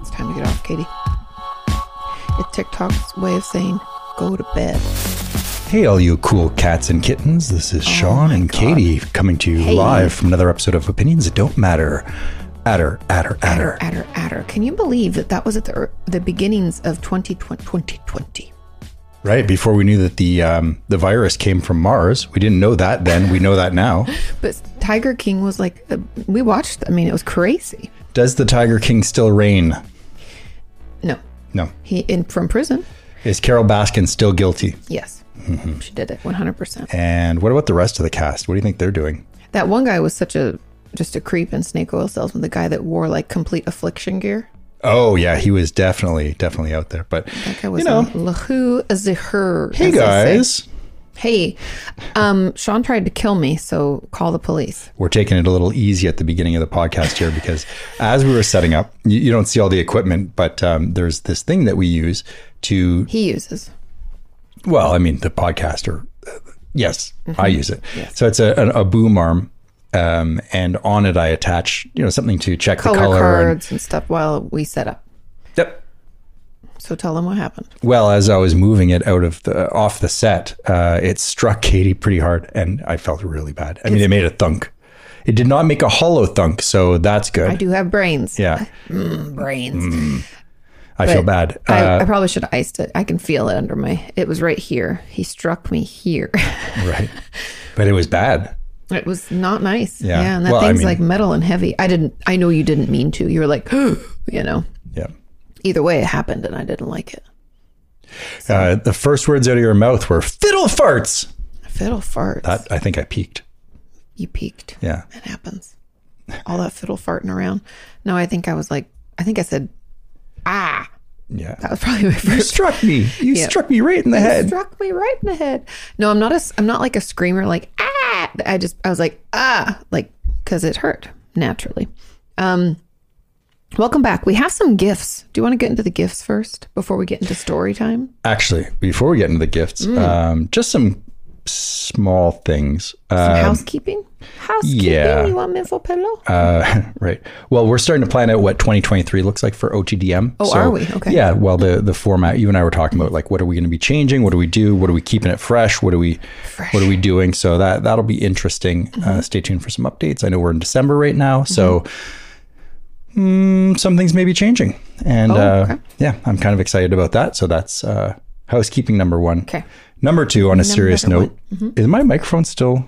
It's time to get off, Katie. It's TikTok's way of saying go to bed. Hey, all you cool cats and kittens. This is Sean and Katie coming to you Oh Hey. live from another episode of Opinions That Don't Matter. Adder, adder, Adder, adder. adder, adder. Can you believe that that was at the, er- the beginnings of 2020? 2020? Right before we knew that the um, the virus came from Mars, we didn't know that then. We know that now. But Tiger King was like, uh, we watched, I mean, it was crazy. Does the Tiger King still reign? No, No. he in from prison. Is Carol Baskin still guilty? Yes, Mm-hmm. she did it 100%. And what about the rest of the cast? What do you think they're doing? That one guy was such a just a creep and snake oil salesman, the guy that wore like complete affliction gear. Oh yeah, he was definitely definitely out there. But That guy was You know. a Lahu Azhar. hey as they say. guys, Hey, um, Sean tried to kill me, so call the police. we're taking it a little easy at the beginning of the podcast here because as we were setting up, you, you don't see all the equipment, but um, there's this thing that we use to, He uses. well, I mean, the podcaster. uh, Yes, I Mm-hmm. use it. So it's a, a, a boom arm. Um, and on it, I attach, you know, something to check color, the color. cards and stuff while we set up. And, yep. So tell them what happened. Well, as I was moving it out of the off the set, uh, it struck Katie pretty hard, and I felt really bad. I mean, it made a thunk. It did not make a hollow thunk, so that's good. I do have brains. Yeah, Mm. brains. I feel bad. I, I probably should have iced it. I can feel it under my. It was right here. He struck me here. right. But it was bad. it was not nice. Yeah. and that Well, I thing's mean- like metal and heavy. I didn't. I know you didn't mean to. You were like, you know. Yeah. Either way, it happened, and I didn't like it. Uh, the first words out of your mouth were fiddle farts. Fiddle farts. That I think I peaked. you peaked. Yeah. It happens. All that fiddle farting around. No, I think I was like, I think I said, ah. Yeah. That was probably my You first struck me. You struck me right in the It head. struck me right in the head. No, I'm not a. s- I'm not like a screamer. Like ah, I just I was like ah, like because it hurt naturally. Um, welcome back. We have some gifts. Do you want to get into the gifts first before we get into story time? Actually, before we get into the gifts, um, just some small things. Uh, Some housekeeping. Housekeeping. yeah. You want me for pillow? Uh, right. Well, we're starting to plan out what 2023 looks like for OTDM. Oh, are we? Okay. Yeah. Well, the the format you and I were talking about, like, what are we going to be changing? What do we do? What are we keeping it fresh? What are we What are we doing? So that that'll be interesting. Uh, Mm-hmm. stay tuned for some updates. I know we're in December right now, so. mm, some things may be changing, and uh, Mm-hmm. Oh, okay. yeah, I'm kind of excited about that. So that's uh, housekeeping number one. Okay. Number two, on a serious one. Mm-hmm. note, is my microphone still?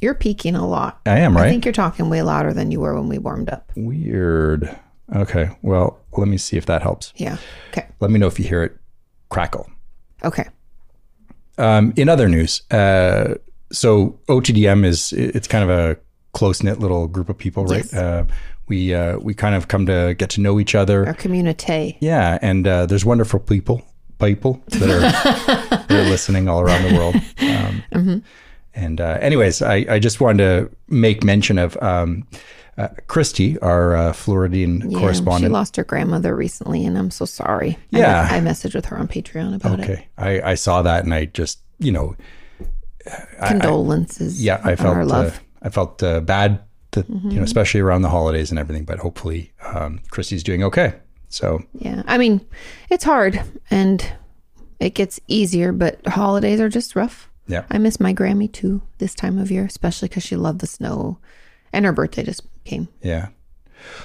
You're peeking a lot. I am right. I think you're talking way louder than you were when we warmed up. Weird. Okay. Well, let me see if that helps. Yeah. Okay. Let me know if you hear it crackle. Okay. Um, in other news, uh, so OTDM is it's kind of a close knit little group of people, right? Yes. Uh, we uh, we kind of come to get to know each other. Our community. Yeah, and uh, there's wonderful people people that are that are listening all around the world. Um, Mm-hmm. And uh, anyways, I, I just wanted to make mention of um, uh, Christy, our uh, Floridian Yeah, correspondent. She lost her grandmother recently, and I'm so sorry. I Yeah. me- I, messaged with her on Patreon about it. Okay. I, I saw that and I just, you know, Condolences. yeah, I on felt our uh, love. Mm-hmm. I felt uh, bad that, you know, especially around the holidays and everything, but hopefully um Christy's doing okay. So, yeah, I mean, it's hard, and it gets easier, but holidays are just rough. yeah. I miss my Grammy too this time of year, especially because she loved the snow, and her birthday just came. Yeah.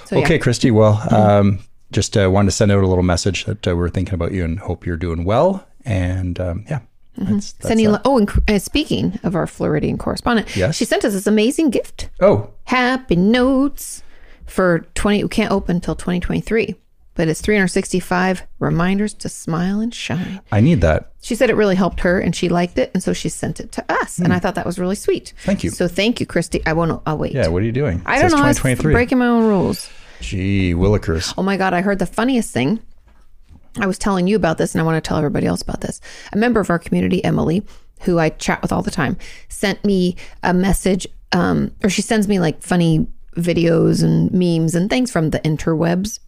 So Mm-hmm. okay, Christy, well, um just uh, wanted to send out a little message that uh, we're thinking about you and hope you're doing well and um yeah. That's, yeah, that's sending. that. lo- oh, and cr- uh, speaking of our Floridian correspondent, Yes. she sent us this amazing gift. Oh, happy notes for 20 we can't open till 2023 but it's 365 reminders to smile and shine I need that. she said it really helped her and she liked it and so she sent it to us and i thought that was really sweet Hmm. Thank you. so thank you christy i won't i'll wait Yeah, what are you doing? i It don't says know i was 2023. breaking my own rules Gee, Willikers. Oh my God, I heard the funniest thing. I was telling you about this and I want to tell everybody else about this. A member of our community, Emily, who I chat with all the time, sent me a message, um, or she sends me like funny videos and memes and things from the interwebs.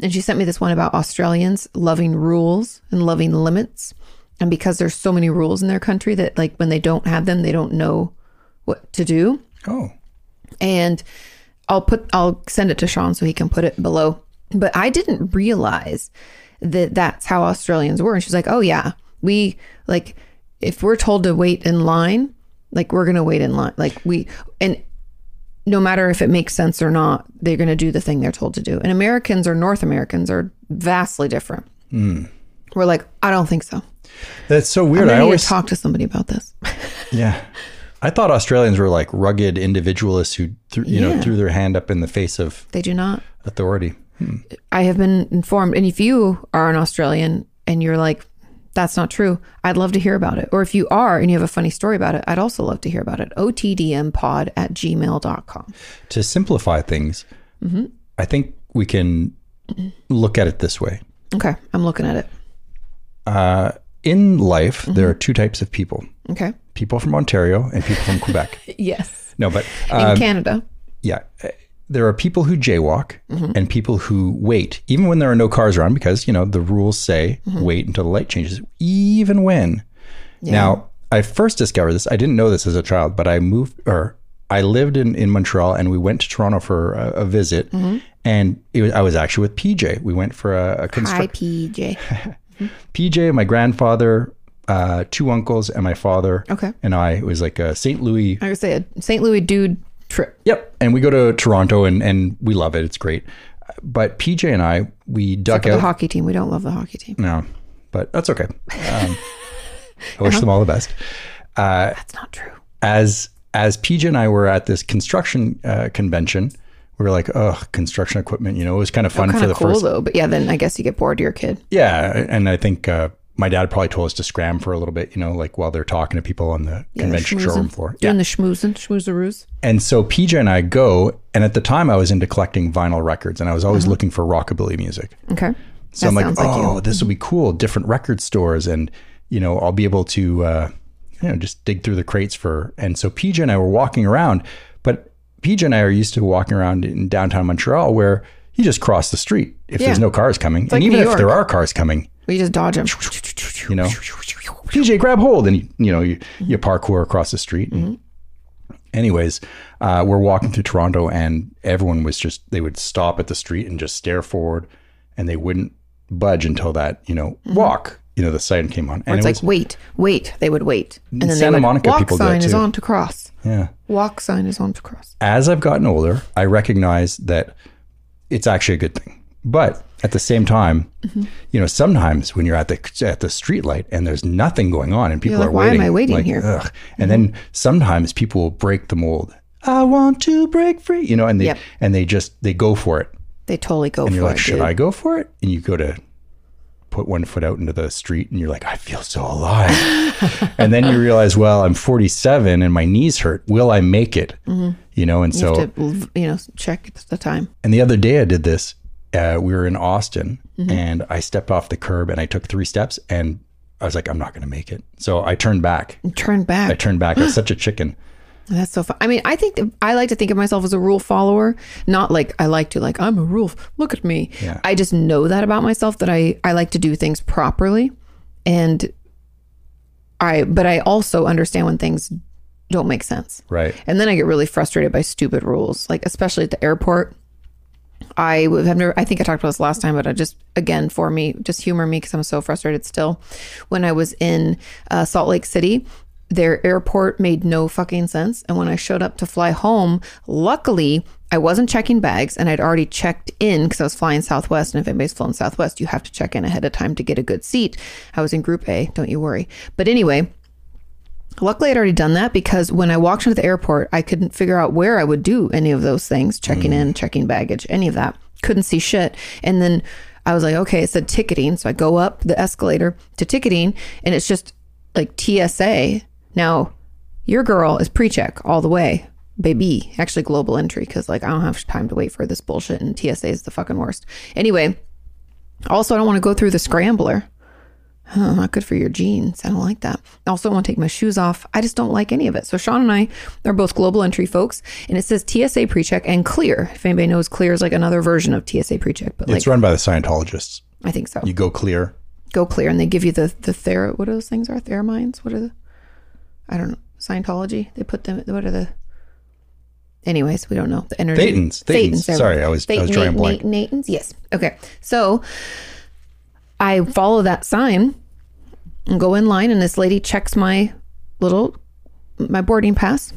And she sent me this one about Australians loving rules and loving limits. And because there's so many rules in their country that like when they don't have them, they don't know what to do Oh, and I'll put I'll send it to Sean so he can put it below. But I didn't realize that that's how Australians were. And she's like, "Oh yeah, we like if we're told to wait in line, like we're gonna wait in line. Like we and no matter if it makes sense or not, they're gonna do the thing they're told to do. And Americans or North Americans are vastly different. We're like, I don't think so. that's so weird. I, I need always to talk to somebody about this. Yeah. I thought Australians were like rugged individualists who, th- you know, Yeah. threw their hand up in the face of They do not. authority. I have been informed. And if you are an Australian and you're like, that's not true, I'd love to hear about it. Or if you are and you have a funny story about it, I'd also love to hear about it. OTDMpod at gmail.com. To simplify things, I think we can look at it this way. Okay. I'm looking at it. Uh, in life, there are two types of people Okay. people from Ontario and people from Quebec. Yes. No, but In uh, Canada. yeah, uh, there are people who jaywalk and people who wait, even when there are no cars around, because, you know, the rules say wait until the light changes, even when Now, I first discovered this. I didn't know this as a child, but I moved or I lived in, in Montreal and we went to Toronto for a, a visit. And it was, I was actually with PJ. We went for a, a Hi, construct. PJ. PJ, my grandfather, uh, two uncles, and my father. Okay. And I it was like a St. Louis I was say a St. Louis dude trip. Yep. And we go to Toronto and, and we love it. It's great. But PJ and I, we duck The out. hockey team. We don't love the hockey team. no, but that's okay. Um, I wish them Uh-huh. all the best. That's not true. As as PJ and I were at this construction uh, convention, we were like, oh, construction equipment. You know, it was kind of fun Kind for the of cool, first. though. But yeah, then I guess you get bored of your kid. Yeah. And I think uh, my dad probably told us to scram for a little bit, you know, like while they're talking to people on the convention schmoozing. showroom floor. Doing the schmoozing, schmoozeroos. And so PJ and I go, and at the time I was into collecting vinyl records, and I was always Uh-huh. looking for rockabilly music. Okay. So that I'm like, sounds like you. oh, this will be cool. Different record stores, and you know, I'll be able to, uh, you know, just dig through the crates for. And so PJ and I were walking around, but PJ and I are used to walking around in downtown Montreal, where you just cross the street if there's Yeah. no cars coming, and like even New if York. there are cars coming, We just dodge him. you know, PJ, grab hold, and you, you know, you, Mm-hmm. you parkour across the street. And, Anyways, uh, we're walking through Toronto, and everyone was just they would stop at the street and just stare forward, and they wouldn't budge until that you know walk. You know, the sign came on, and Mm-hmm. It's it like was wait, wait. They would wait, and then Santa they would, Monica walk people do sign that is too. on to cross. yeah. Walk sign is on to cross. As I've gotten older, I recognize that it's actually a good thing, but at the same time, Mm-hmm. you know, sometimes when you're at the at the streetlight and there's nothing going on and people You're are like, "Why am waiting, I waiting like, here?" Mm-hmm. Ugh. And then sometimes people will break the mold. I want to break free, you know, and they Yep. and they just they go for it. They totally go You're for like, it. should dude. I go for it? And you go to put one foot out into the street, and you're like, I feel so alive. and then you realize, well, I'm 47 and my knees hurt. Will I make it? You know, and so to Mm-hmm. you know check the time? and the other day I did this. Uh, we were in Austin Mm-hmm. and I stepped off the curb and I took three steps and I was like, I'm not going to make it. So I turned back. Turn I back. turned back. I was such a chicken. That's so fun. I mean, I think that I like to think of myself as a rule follower, not like I like to like I'm a rule. f- Look at me. Yeah. I just know that about myself that I I like to do things properly, and I but I also understand when things don't make sense. Right. And then I get really frustrated by stupid rules, like especially at the airport. I would have never. I think I talked about this last time, but I just again for me, just humor me because I'm so frustrated still. When I was in uh, Salt Lake City, their airport made no fucking sense, and when I showed up to fly home, luckily I wasn't checking bags, and I'd already checked in because I was flying Southwest, and if anybody's flown Southwest, you have to check in ahead of time to get a good seat. I was in Group A, don't you worry. But anyway. Luckily, I'd already done that because when I walked into the airport, I couldn't figure out where I would do any of those things checking in, checking baggage, any of that. Couldn't see shit. And then I was like, okay, it said ticketing. So I go up the escalator to ticketing and it's just like TSA. Now, your girl is pre check all the way. baby. Actually, global entry because like I don't have time to wait for this bullshit, and TSA is the fucking worst. Anyway, also I don't want to go through the scrambler. Huh, not good for your jeans. I don't like that. I also want to take my shoes off. I just don't like any of it. So Sean and I are both global entry folks, and it says TSA PreCheck and Clear. If anybody knows, Clear is like another version of TSA PreCheck, but like it's run by the Scientologists. I think so. You go clear. go clear and they give you the the thera what are those things are theramines what are the i don't know scientology they put them what are the anyways we don't know the energy Thetans. Thetans. there we Sorry, go. I was- I Thet- was drawing a Nat- blank. Nat- Natans yes okay so i follow that sign and go in line and this lady checks my little my boarding pass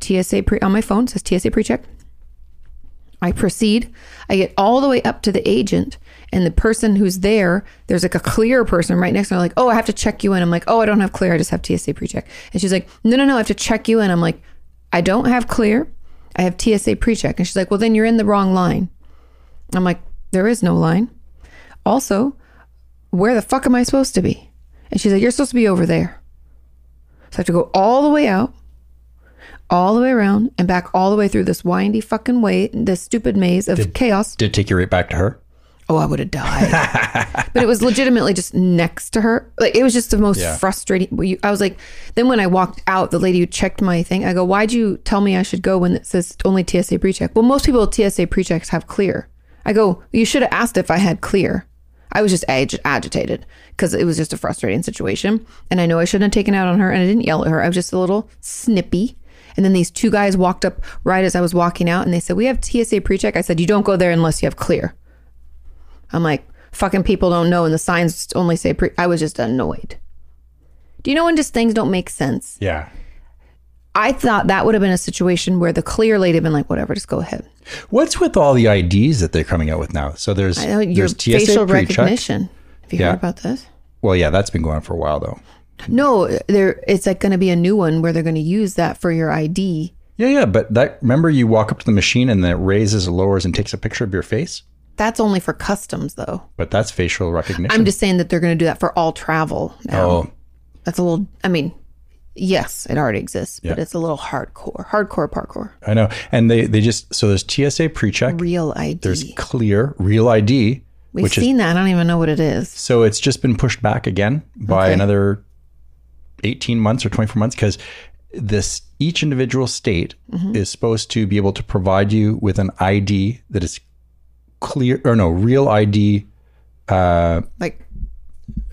tsa pre on my phone says tsa pre-check I proceed. I get all the way up to the agent, and the person who's there, there's like a clear person right next to me. Like, oh, I have to check you in. I'm like, oh, I don't have clear. I just have TSA pre-check. And she's like, no, no, no, I have to check you in. I'm like, I don't have clear. I have TSA pre-check. And she's like, well, then you're in the wrong line. I'm like, there is no line. Also, where the fuck am I supposed to be? And she's like, you're supposed to be over there. So I have to go all the way out all the way around and back all the way through this windy fucking way, this stupid maze of chaos. Did it take you right back to her? Oh, I would have died. but it was legitimately just next to her. Like it was just the most frustrating. you- I was like, then when I walked out, the lady who checked my thing, I go, "Why'd you tell me I should go when it says only TSA pre-check?" Well, most people with TSA pre-checks have clear. I go, "You should have asked if I had clear." I was just ag- agitated because it was just a frustrating situation, and I know I shouldn't have taken out on her, and I didn't yell at her. I was just a little snippy. And then these two guys walked up right as I was walking out, and they said, "We have TSA pre-check." I said, "You don't go there unless you have clear." I'm like, fucking people don't know, and the signs only say pre. I was just annoyed. Do you know when just things don't make sense? Yeah. I thought that would have been a situation where the clear lady had been like, whatever, just go ahead. What's with all the IDs that they're coming out with now? So there's I know your there's TSA facial pre-check. recognition. Have you Yeah. heard about this? Well, yeah, that's been going on for a while though. No, there. It's like going to be a new one where they're going to use that for your ID. Yeah, yeah, but that remember you walk up to the machine and then it raises, lowers, and takes a picture of your face. That's only for customs, though. But that's facial recognition. I'm just saying that they're going to do that for all travel now. oh, That's a little. I mean, yes, it already exists, but Yeah. it's a little hardcore, hardcore parkour, I know. And they they just so there's TSA pre-check. real ID. There's clear real ID, We've which is seen that. I don't even know what it is. So it's just been pushed back again by Okay. another 18 months or 24 months because this each individual state Mm-hmm. is supposed to be able to provide you with an ID that is clear or no real ID Like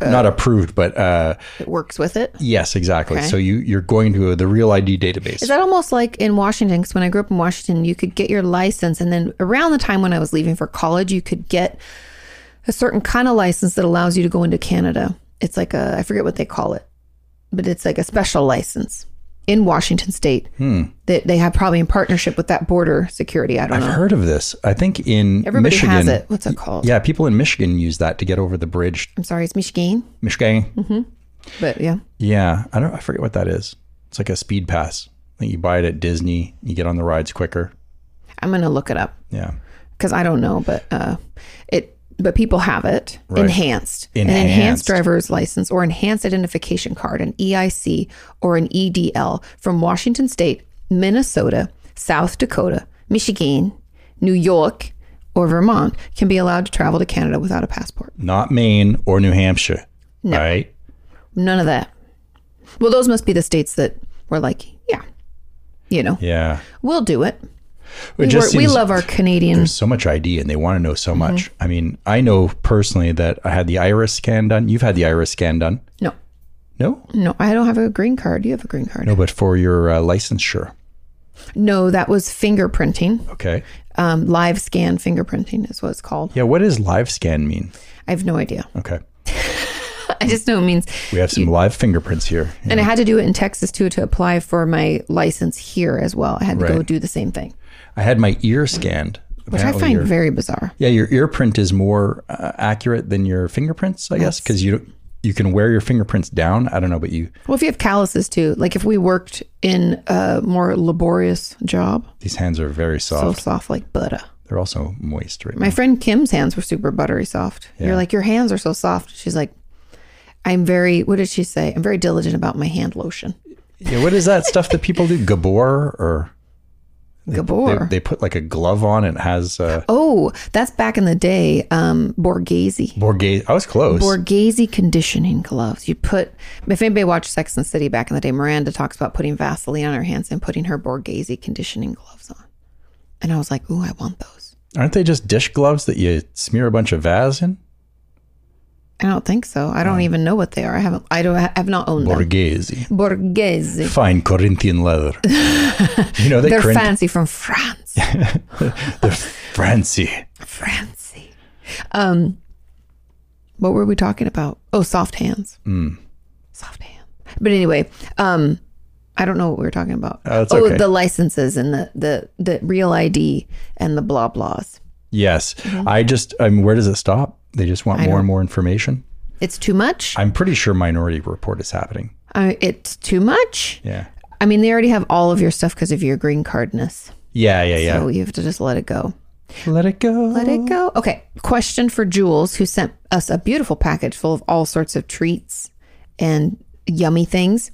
not approved but uh it works with it. yes exactly Okay. so you you're going to the real ID database Is that almost like in Washington? Because when I grew up in Washington, you could get your license, and then around the time when I was leaving for college, you could get a certain kind of license that allows you to go into Canada. It's like a I forget what they call it, but it's like a special license in Washington State that they have probably in partnership with that border security. I don't Hmm. I've know. heard of this I think in Everybody Michigan has it. What's it called? yeah people in Michigan use that to get over the bridge I'm sorry, it's Michigan, Michigan but yeah. Yeah, I don't. I forget what that is. It's like a speed pass. I think you buy it at Disney. You get on the rides quicker. I'm gonna look it up. Yeah, because I don't know, but uh, it but people have it Right. enhanced, an Enhanced. enhanced driver's license or enhanced identification card, an EIC or an EDL from Washington State, Minnesota, South Dakota, Michigan, New York, or Vermont can be allowed to travel to Canada without a passport. not Maine or New Hampshire. Right? None of that. Well, those must be the states that were like, yeah, you know, Yeah. we'll do it. It We, were, just we seems- love Mm-hmm. our Canadian. There's so much ID, and they want to know so much. I mean, I know personally that I had the iris scan done. You've had the iris scan done. No, No, no, I don't have a green card. You have a green card. no, but for your uh, licensure. No, that was fingerprinting. Okay. Um, live scan fingerprinting is what it's called. Yeah. What does live scan mean? I have no idea. Okay. I just know it means. We have some live fingerprints here. Yeah. And I had to do it in Texas too to apply for my license here as well. I had to go Right. do the same thing, I had my ear scanned. which I Apparently find your- very bizarre. Yeah, your ear print is more uh, accurate than your fingerprints, I guess, because you you can wear your fingerprints down. I don't know, but you Well, if you have calluses too, like if we worked in a more laborious job, these hands are very so soft. soft like butter. They're also moist, right? My friend Kim's hands were super buttery soft. You're like, your hands are so soft. She's like, I'm very, what did she say? I'm very diligent about my hand lotion. yeah, what is that stuff that people do? Gabor or Gabor. They, they put like a glove on and it has uh, oh, that's back in the day. Um, Borghese. Borghese. I was close. Borghese conditioning gloves. You put, if anybody watched Sex and the City back in the day, Miranda talks about putting Vaseline on her hands and putting her Borghese conditioning gloves on. And I was like, ooh, I want those. Aren't they just dish gloves that you smear a bunch of Vaz in? I don't think so. I don't even know what they are. I haven't, I don't, I have not owned them. Borghese. Borghese. Fine Corinthian leather. you know, they They're are fancy from France. they're fancy. Francie. Um, what were we talking about? Oh, soft hands. Mm. Soft hands. But anyway, um, I don't know what we were talking about. Oh, it's oh, okay. the licenses and the, the the real ID and the blah blahs. Yes. Mm-hmm. I just, I mean, where does it stop? They just want more and more information. It's too much. I, I'm pretty sure Minority Report is happening. it's too much. Yeah. I mean, they already have all of your stuff because of your green cardness. Yeah, yeah, yeah. So you have to just let it go. Let it go. Let it go. Okay. Question for Jules, who sent us a beautiful package full of all sorts of treats and yummy things.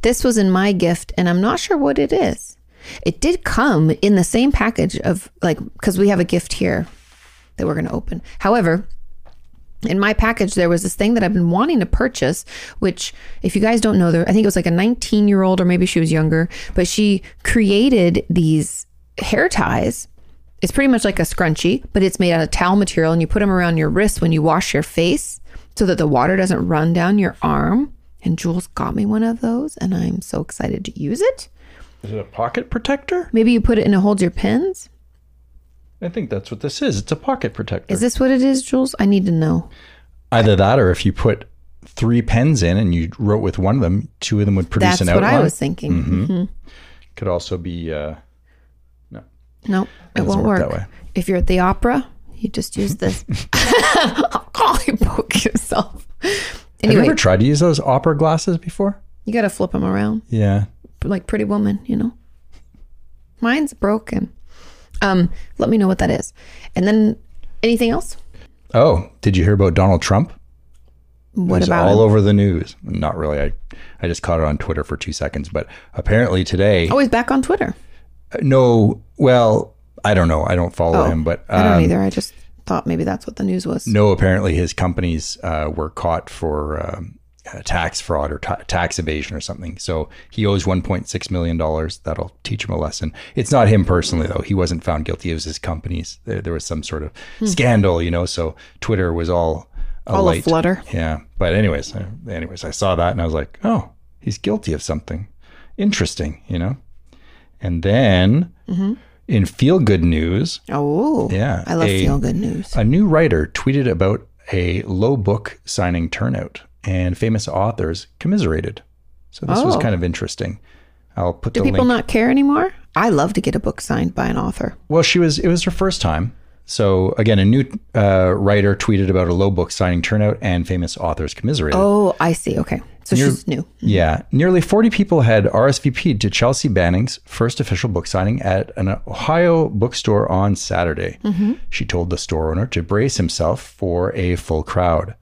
This was in my gift, and I'm not sure what it is. It did come in the same package of like, because we have a gift here that we're going to open. However, in my package, there was this thing that I've been wanting to purchase, which, if you guys don't know, there, I think it was like a 19 year old, or maybe she was younger, but she created these hair ties. It's pretty much like a scrunchie, but it's made out of towel material, and you put them around your wrist when you wash your face so that the water doesn't run down your arm. And Jules got me one of those, and I'm so excited to use it. Is it a pocket protector? Maybe you put it in a hold your pins. I think that's what this is. It's a pocket protector. Is this what it is, Jules? I need to know. Either that or if you put three pens in and you wrote with one of them, two of them would produce That's an what outline. Mm-hmm. I was thinking. Could also be uh, no. No, Mm-hmm. it won't work work. that way. If you're at the opera, you just use this. oh, you poke yourself. Have Anyway, you you, ever tried to use those opera glasses before? got to flip them around Yeah. like Pretty Woman, you know. Mine's broken. Um, let me know what that is. And then anything else? Oh, did you hear about Donald Trump? What It's about all him? over the news? Not really. I I just caught it on Twitter for two seconds, but apparently today, Oh, he's back on Twitter. no. Well, I don't know. I don't follow him, but Oh, I don't um, either. I just thought maybe that's what the news was. no. Apparently, his companies uh, were caught for um, uh, tax fraud or ta- tax evasion or something. So he owes 1.6 million dollars. That'll teach him a lesson. It's not him personally though. He wasn't found guilty. It was his companies. There, there was some sort of scandal, you know. So Twitter was all Hmm. All alight. a flutter. Yeah, but anyways, I- anyways, I saw that and I was like, oh, he's guilty of something. Interesting, you know. And then Mm-hmm. in feel good news, Oh, Yeah, I love a- feel good news. a new writer tweeted about a low book signing turnout, and famous authors commiserated. So this was Oh. kind of interesting. I'll put Do the people link. not care anymore? I love to get a book signed by an author. Well, she was. It was her first time. So again, a new uh, writer tweeted about a low book signing turnout, and famous authors commiserated. Oh, I see. Okay. So she's new. Yeah. Nearly 40 people had RSVP'd to Chelsea Banning's first official book signing at an Ohio bookstore on Saturday. She told the store owner to brace himself for a full crowd.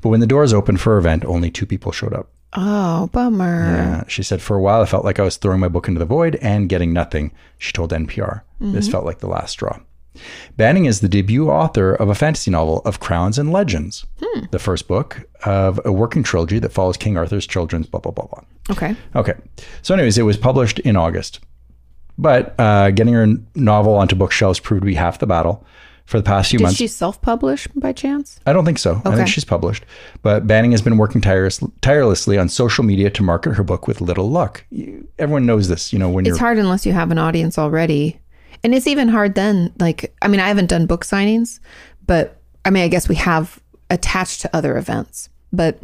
But when the doors opened for her event, only two people showed up. Oh, bummer. Uh, she said, For a while, I felt like I was throwing my book into the void and getting nothing. She told NPR. This felt like the last straw. Banning is the debut author of a fantasy novel of crowns and legends, the first book of a working trilogy that follows King Arthur's children's blah, blah, blah, blah. Okay. Okay. So, anyways, it was published in August. But uh, getting her novel onto bookshelves proved to be half the battle. For the past few Did months, she self publish by chance? I don't think so. I Okay. think she's published. But Banning has been working tireless, tirelessly on social media to market her book with little luck. You- Everyone knows this, you know, when It's you're. hard unless you have an audience already. And it's even hard then. Like, I mean, I haven't done book signings, but I mean, I guess we have attached to other events, but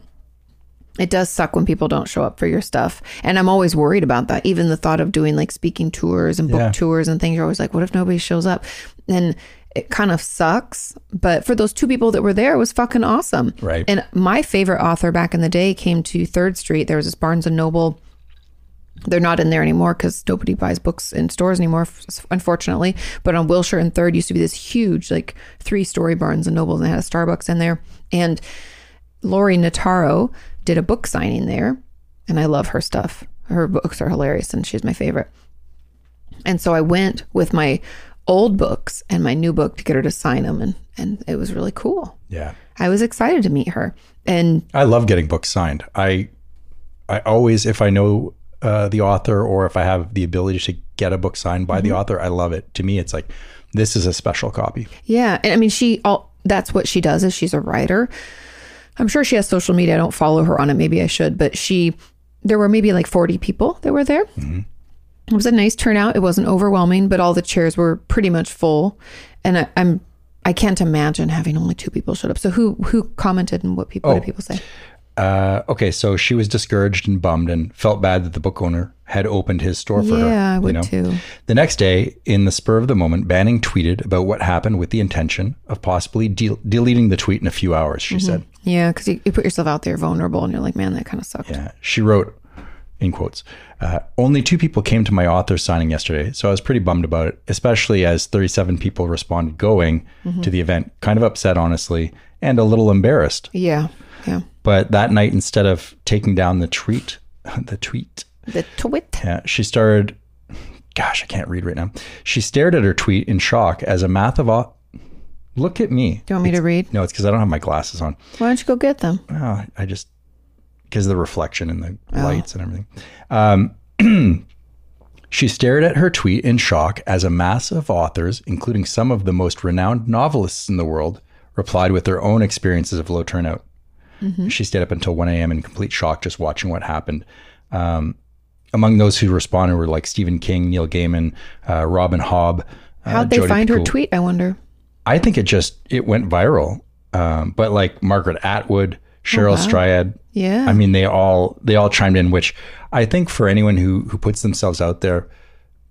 it does suck when people don't show up for your stuff. And I'm always worried about that. Even the thought of doing like speaking tours and book Yeah. tours and things, you're always like, what if nobody shows up? And it kind of sucks. But for those two people that were there, it was fucking awesome. Right. And my favorite author back in the day came to Third Street. There was this Barnes and Noble they're not in there anymore because nobody buys books in stores anymore, f- unfortunately. But on Wilshire and Third used to be this huge, like three story Barnes and Nobles, and they had a Starbucks in there. And Lori Nataro did a book signing there, and I love her stuff. Her books are hilarious, and she's my favorite. And so I went with my old books and my new book to get her to sign them, and and it was really cool. Yeah. I was excited to meet her, and I love getting books signed. I I always if I know uh, the author or if I have the ability to get a book signed by Mm-hmm. the author, I love it. To me, it's like this is a special copy. Yeah, and I mean, she all that's what she does is she's a writer. I'm sure she has social media. I don't follow her on it. Maybe I should, but she there were maybe like 40 people that were there. Mm-hmm. It was a nice turnout. It wasn't overwhelming, but all the chairs were pretty much full, and I, I'm I can't imagine having only two people showed up. So who who commented and what people Oh, what did people say? Uh, okay, so she was discouraged and bummed and felt bad that the book owner had opened his store for her. Yeah, I you would know? too. The next day, in the spur of the moment, Banning tweeted about what happened with the intention of possibly de- deleting the tweet in a few hours, she said. Yeah, because you, you put yourself out there vulnerable, and you're like, man, that kind of sucked. Yeah. She wrote, in quotes, uh, only two people came to my author signing yesterday, so I was pretty bummed about it, especially as 37 people responded going Mm-hmm. to the event, kind of upset, honestly, and a little embarrassed. Yeah, yeah. But that night, instead of taking down the tweet, the tweet, The tweet. yeah, Uh, she started. Gosh, I can't read right now. She stared at her tweet in shock as a math of. au- Look at me. Do you want me to read? No, it's because I don't have my glasses on. Why don't you go get them? Oh, I just because of the reflection and the lights and everything. Um, she stared at her tweet in shock as a mass of authors, including some of the most renowned novelists in the world, replied with their own experiences of low turnout. Mm-hmm. She stayed up until 1 a.m. in complete shock, just watching what happened. Um, among those who responded were like Stephen King, Neil Gaiman, uh, Robin Hobb. uh, How'd they Jodi find her Picoult. tweet? I wonder. I think it just it went viral. Um, but like Margaret Atwood, Oh, Cheryl Strayed, Yeah. I mean, they all they all chimed in, which I think for anyone who who puts themselves out there,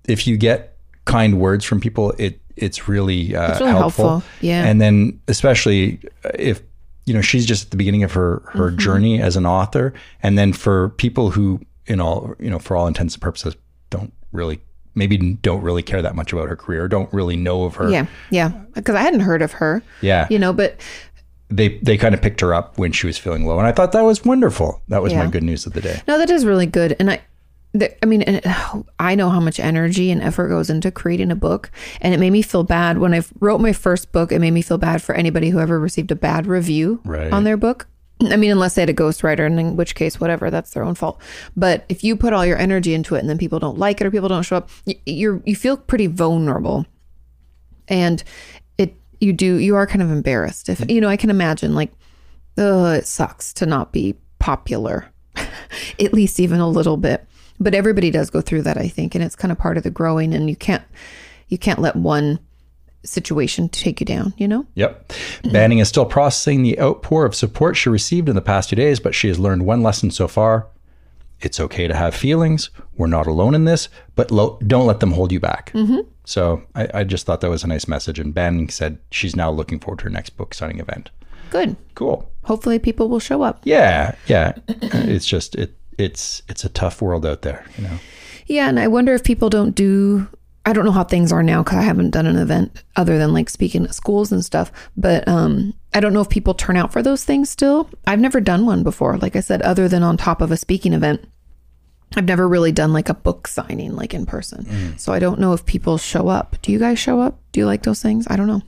if you get kind words from people, it it's really, uh, really helpful. helpful, yeah. and then especially if you know she's just at the beginning of her her Mm-hmm. journey as an author, and then for people who in all you know for all intents and purposes don't really maybe don't really care that much about her career, don't really know of her. Yeah, yeah. Because I hadn't heard of her, yeah. you know, but they they kind of picked her up when she was feeling low, and I thought that was wonderful. That was my Yeah. good news of the day. no, that is really good. And I, the, I mean, and I know how much energy and effort goes into creating a book, and it made me feel bad when I wrote my first book. It made me feel bad for anybody who ever received a bad review Right. on their book. I mean, unless they had a ghostwriter, and in which case, whatever, that's their own fault. But if you put all your energy into it, and then people don't like it, or people don't show up, y- you're you feel pretty vulnerable. and it you do you are kind of embarrassed if you know i can imagine like oh it sucks to not be popular at least even a little bit but everybody does go through that i think and it's kind of part of the growing and you can't you can't let one situation take you down you know Yep. Banning is still processing the outpour of support she received in the past two days, but she has learned one lesson so far. It's okay to have feelings. We're not alone in this, but lo- don't let them hold you back. So I, I just thought that was a nice message. And Banning said she's now looking forward to her next book signing event. good Cool. hopefully people will show up Yeah. Yeah. it's just, it, it's, it's a tough world out there, you know? Yeah, and I wonder if people don't do. I don't know how things are now because I haven't done an event other than like speaking at schools and stuff. But um, I don't know if people turn out for those things still. I've never done one before. Like I said, other than on top of a speaking event, I've never really done like a book signing like in person. So I don't know if people show up. Do you guys show up? Do you like those things? I don't know.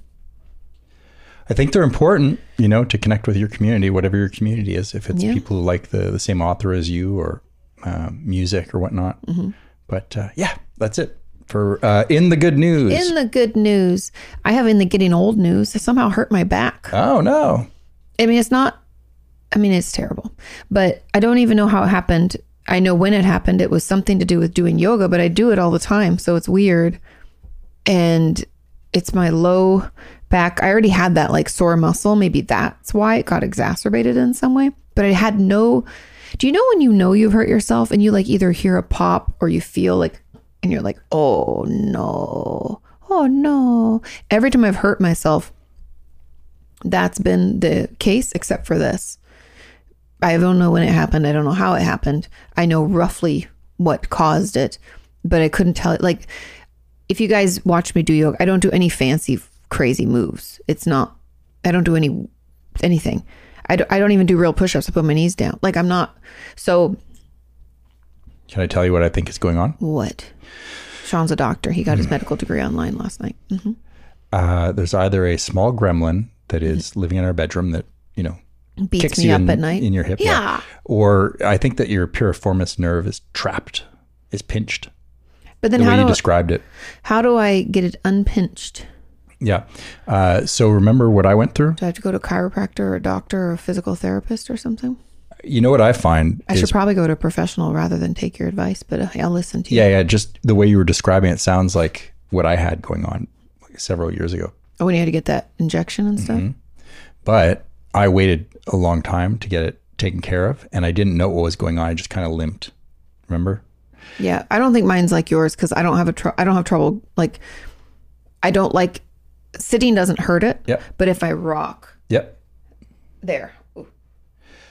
I think they're important, you know, to connect with your community, whatever your community is. If it's Yeah. people who like the, the same author as you or um, music or whatnot. Mm-hmm. But uh, yeah, that's it for uh, in the good news. In the good news, I have in the getting old news. I somehow hurt my back. oh no, I mean, it's not, I mean, it's terrible, but I don't even know how it happened. I know when it happened, it was something to do with doing yoga, but I do it all the time. So it's weird. And it's my low back. I already had that like sore muscle. Maybe that's why it got exacerbated in some way, but I had no. Do you know when you know you've hurt yourself and you like either hear a pop or you feel like, and you're like, oh no, oh no. Every time I've hurt myself, that's been the case except for this. I don't know when it happened. I don't know how it happened. I know roughly what caused it, but I couldn't tell it. Like, if you guys watch me do yoga, I don't do any fancy, crazy moves. It's not, I don't do any, anything. I don't, I don't even do real push ups. I put my knees down. Like, I'm not. So, can I tell you what I think is going on? what? Sean's a doctor. He Hmm. got his medical degree online last night. Mhm. Uh, there's either a small gremlin that is living in our bedroom that you know Beats kicks Mm-hmm. me you up in, at night. in your hip, Yeah. or I think that your piriformis nerve is trapped, is pinched. But then The way how you do, described it, how do I get it unpinched? yeah. Uh, so remember what I went through. Do I have to go to a chiropractor or a doctor or a physical therapist or something? You know what I find I is should probably go to a professional rather than take your advice, but uh, I'll listen to you. yeah, yeah. Just the way you were describing it sounds like what I had going on like, several years ago. Oh, when you had to get that injection and stuff? Mm-hmm. But I waited a long time to get it taken care of, and I didn't know what was going on. I just kind of limped. Remember? Yeah, I don't think mine's like yours because I don't have a tr- I don't have trouble like I don't like sitting doesn't hurt it. Yep. But if I rock Yep. there, ooh,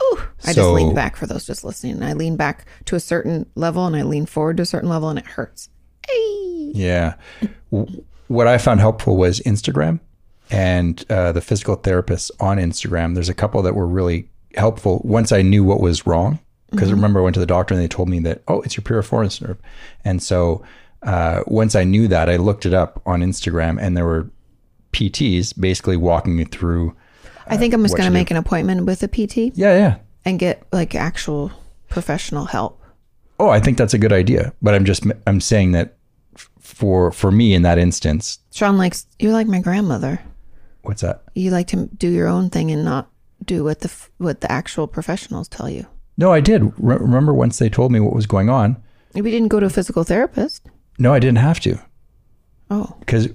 Ooh. I just So- lean back for those just listening. I lean back to a certain level and I lean forward to a certain level and it hurts. Yeah. W- What I found helpful was Instagram and uh, the physical therapists on Instagram. There's a couple that were really helpful once I knew what was wrong. Because remember, I went to the doctor and they told me that, oh, it's your piriformis nerve. And so uh, once I knew that, I looked it up on Instagram and there were PTs basically walking me through. Uh, I think I'm just going to make an appointment with a PT Yeah, yeah. and get like actual professional help. Oh, I think that's a good idea. But I'm just, I'm saying that f- for for me in that instance, Sean likes you're like my grandmother. what's that? You like to do your own thing and not do what the f- what the actual professionals tell you. No, I did. Re- remember once they told me what was going on. We didn't go to a physical therapist. No, I didn't have to Oh, because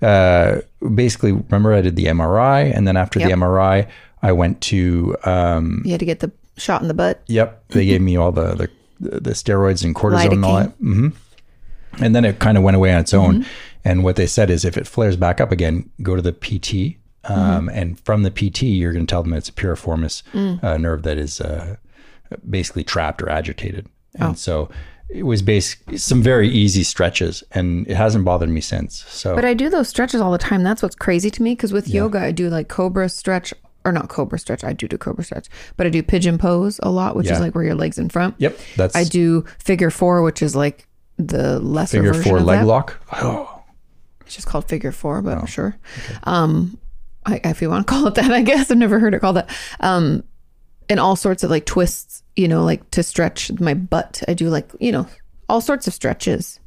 uh, basically, remember I did the MRI, and then after Yep. the MRI, I went to. Um, you had to get the shot in the butt. yep, they gave me all the the, the steroids and cortisone and all Lidocaine. Mm-hmm. that. hmm And then it kind of went away on its own. And what they said is, if it flares back up again, go to the PT. Mm-hmm. Um, And from the PT, you're going to tell them it's a piriformis Mm. uh, nerve that is uh, basically trapped or agitated. Oh. And so it was basically some very easy stretches, and it hasn't bothered me since. So But I do those stretches all the time. That's what's crazy to me because with yoga, I do like cobra stretch or not cobra stretch. I do do cobra stretch, but I do pigeon pose a lot, which Yeah. is like where your legs in front. yep, that's I do figure four, which is like the lesser figure version four of leg that. lock. Oh, It's just called figure four, but sure. Um, I, if you want to call it that, I guess I've never heard it called that. Um, and all sorts of like twists, you know, like to stretch my butt. I do like, you know, all sorts of stretches.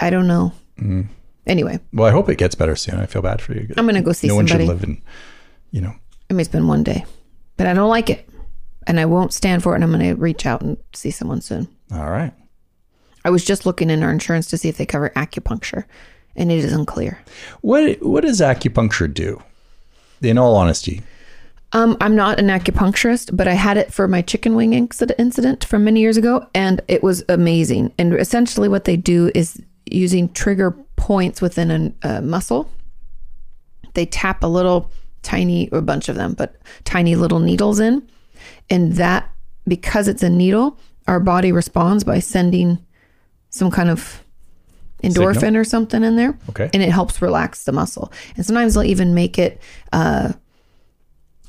I don't know. Mm. Anyway, well, I hope it gets better soon. I feel bad for you. I'm going to go see no one should somebody. live in, you know, I mean, it's been one day, but I don't like it and I won't stand for it. And I'm going to reach out and see someone soon. All right. I was just looking in our insurance to see if they cover acupuncture and it is unclear. What what does acupuncture do? In all honesty, Um, I'm not an acupuncturist, but I had it for my chicken wing incident, incident from many years ago, and it was amazing. And essentially, what they do is using trigger points within an- a muscle, they tap a little tiny, or a bunch of them, but tiny little needles in. And that, because it's a needle, our body responds by sending some kind of endorphin or something in there. Okay. And it helps relax the muscle. And sometimes they'll even make it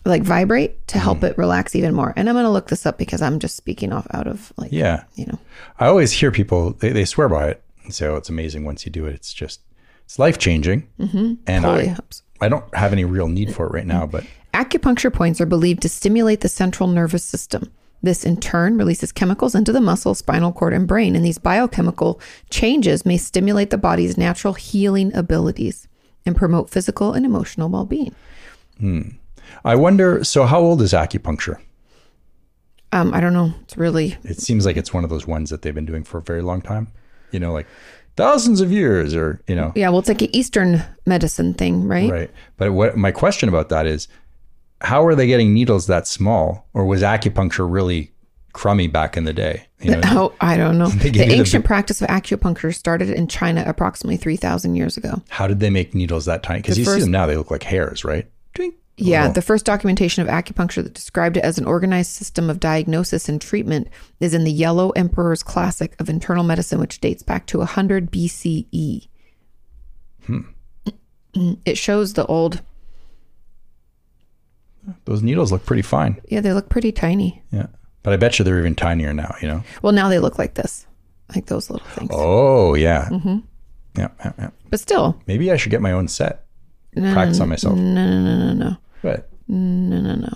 like vibrate to Mm-hmm. help it relax even more. And I'm gonna look this up because I'm just speaking off out of like yeah. you know. I always hear people they, they swear by it, and so it's amazing once you do it. It's just it's life changing, mm-hmm. and Totally I, helps. I don't have any real need for it right now. But Acupuncture points are believed to stimulate the central nervous system. This in turn releases chemicals into the muscle, spinal cord, and brain, and these biochemical changes may stimulate the body's natural healing abilities and promote physical and emotional well-being. I wonder. So how old is acupuncture? Um, I don't know. It's really It seems like it's one of those ones that they've been doing for a very long time. You know, like thousands of years, or you know, yeah. Well, it's like an Eastern medicine thing, right? right? But what my question about that is, how are they getting needles that small, or was acupuncture really crummy back in the day? You know, Oh, I don't know. give The you the ancient big- practice of acupuncture started in China approximately 3,000 years ago. How did they make needles that tiny? Because The you see first- them now, they look like hairs, right? Twink. Oh. Yeah, the first documentation of acupuncture that described it as an organized system of diagnosis and treatment is in the Yellow Emperor's Classic of Internal Medicine, which dates back to 100 BCE. E. It shows the old, Those needles look pretty fine. yeah, they look pretty tiny. Yeah. But I bet you they're even tinier now, you know? Well, now they look like this, like those little things. Oh, yeah. yeah, yeah, yeah. But still, Maybe I should get my own set. Practice on myself. no, no, no, no, no, But no, no, no.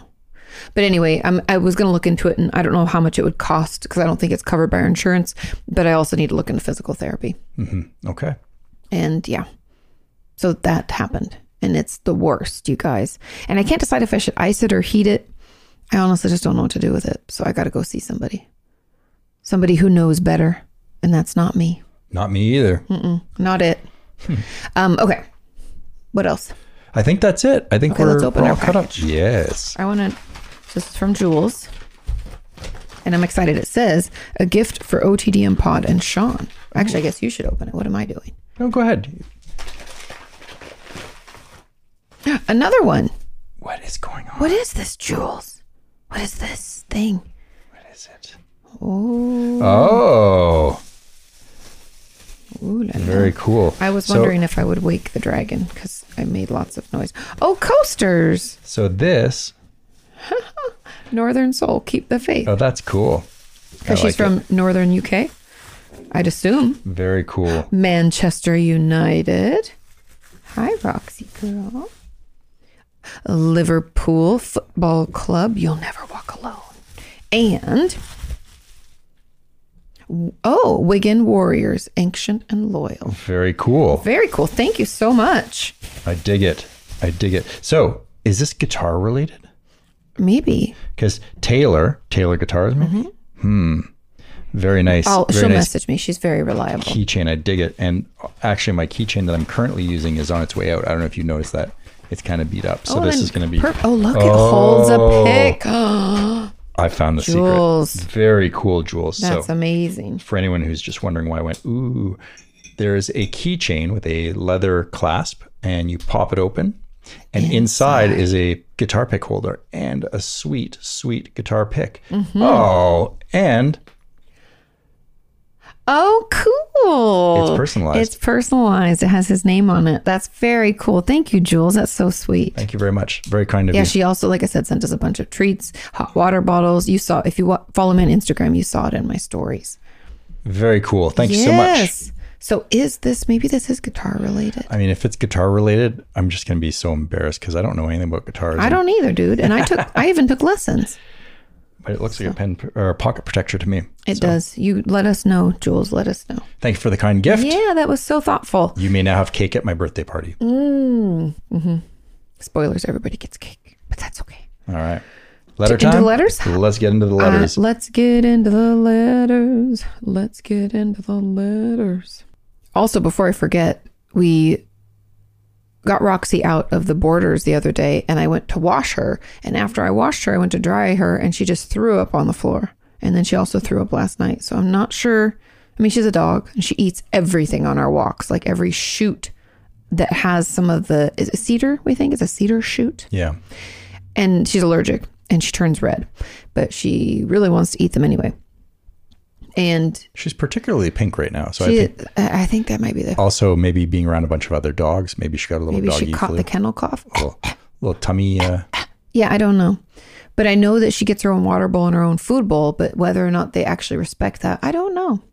But anyway, um, I was going to look into it, and I don't know how much it would cost because I don't think it's covered by our insurance. But I also need to look into physical therapy, okay. and yeah, so that happened, and it's the worst, you guys. And I can't decide if I should ice it or heat it. I honestly just don't know what to do with it, so I got to go see somebody, somebody who knows better, and that's not me, Not me either. Hmm. not it. um, okay, what else? I think that's it. I think Okay, we're, let's open we're our all cut up. Yes. I want to. This is from Jules, and I'm excited. It says a gift for OTDM Pod and Sean. Actually, I guess you should open it. What am I doing? No, go ahead. Another one. What is going on? What is this, Jules? What is this thing? What is it? Oh, Oh, ooh, la la. very cool. I was So- wondering if I would wake the dragon because I made lots of noise. Oh, coasters! So, this, Northern Soul, keep the faith. oh, that's cool. I Because she's like from Northern UK, I'd assume. Very cool. Manchester United. Hi, Roxy girl. Liverpool Football Club. You'll never walk alone. And oh, Wigan Warriors, ancient and loyal. Very cool. Very cool. Thank you so much. I dig it. I dig it. So, is this guitar related? Maybe Because Taylor, Taylor Guitars, maybe? Hmm. Very nice. Mm-hmm. I'll, very Oh, she'll nice message me. She's very reliable. keychain. I dig it. And actually, my keychain that I'm currently using is on its way out. I don't know if you noticed that. It's kind of beat up. So, Oh, this and is going to be. perp- oh, look, it holds a Oh. pick. I found the Jules. secret. Very cool, Jules. That's so, amazing. for anyone who's just wondering why I went, ooh, there's a keychain with a leather clasp, and you pop it open, and inside, is a guitar pick holder and a sweet, sweet guitar pick. Mm-hmm. Oh, and Oh, cool. It's personalized. It's personalized. It has his name on it. That's very cool. Thank you, Jules. That's so sweet. thank you very much. Very kind of Yeah, you. she also, like I said, sent us a bunch of treats, hot water bottles. You saw, if you wa- follow me on Instagram, you saw it in my stories. very cool. Thank you so much. So is this, maybe this is guitar related? I mean, if it's guitar related, I'm just going to be so embarrassed because I don't know anything about guitars. I don't either, dude. And I took, I even took lessons. but it looks like a pen pr- or a pocket protector to me. It does. You let us know, Jules. Let us know. Thank you for the kind gift. Yeah, Mm. that was so thoughtful. You may now have cake at my birthday party. Spoilers, everybody gets cake, but that's okay. All right. Letter into time. letters? Let's get into the Uh, letters. let's get into the letters. Let's get into the letters. Also, before I forget, we got Roxy out of the borders the other day and I went to wash her. And after I washed her, I went to dry her and she just threw up on the floor. And then she also threw up last night. So I'm not sure. I mean, she's a dog and she eats everything on our walks, like every shoot that has some of the is it cedar, we think? It's a cedar shoot yeah. and she's allergic and she turns red, but she really wants to eat them anyway. And She's particularly pink right now. So I she, think I I think that might be the also maybe being around a bunch of other dogs. Maybe she got a little maybe doggy she caught flu. the kennel cough. little, little tummy. Uh, Yeah, I don't know. But I know that she gets her own water bowl and her own food bowl, but whether or not they actually respect that, I don't know.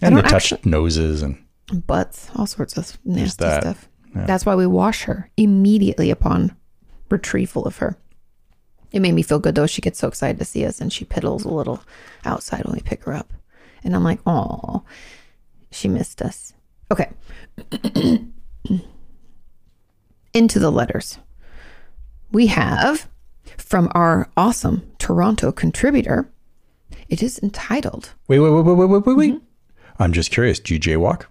and they don't touched noses and Butts, all sorts of nasty that. stuff. That's why we wash her immediately upon retrieval of her. It made me feel good though. She gets so excited to see us and she piddles a little outside when we pick her up. And I'm like, oh, she missed us. Okay. Into the letters. We have from our awesome Toronto contributor, it is entitled wait, wait, wait, wait, wait, wait, wait, wait. Mm-hmm. I'm just curious. Do you jaywalk?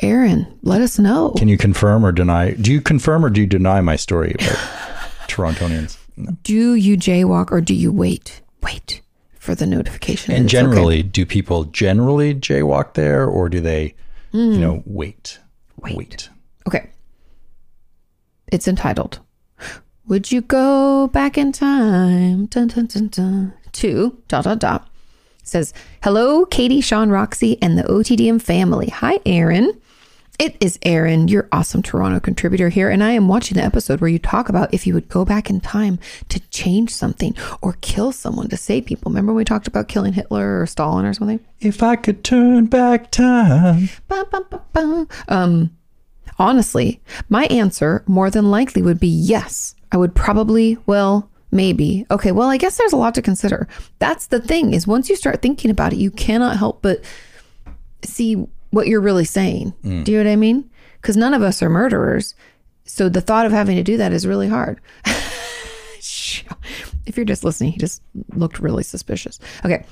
Aaron, let us know. Can you confirm or deny? Do you confirm or do you deny my story about Torontonians? do you jaywalk or do you wait? Wait for the notification. that And it's okay. generally, do people generally jaywalk there or do they, you know, wait? Mm. Wait. Wait. Okay. It's entitled Would You Go Back in Time dun, dun, dun, dun, to dot dot dot. It says, Hello, Katie, Sean, Roxy, and the OTDM family. Hi, Aaron. It is Aaron, your awesome Toronto contributor here, and I am watching the episode where you talk about if you would go back in time to change something or kill someone to save people. Remember when we talked about killing Hitler or Stalin or something? If I could turn back time. Ba, ba, ba, ba. Um, honestly, my answer more than likely would be yes. I would probably, well, maybe. Okay, well, I guess there's a lot to consider. That's the thing is once you start thinking about it, you cannot help but see what you're really saying. Do you know what I mean? Because none of us are murderers. So the thought of having to do that is really hard. if you're just listening, he just looked really suspicious. Okay.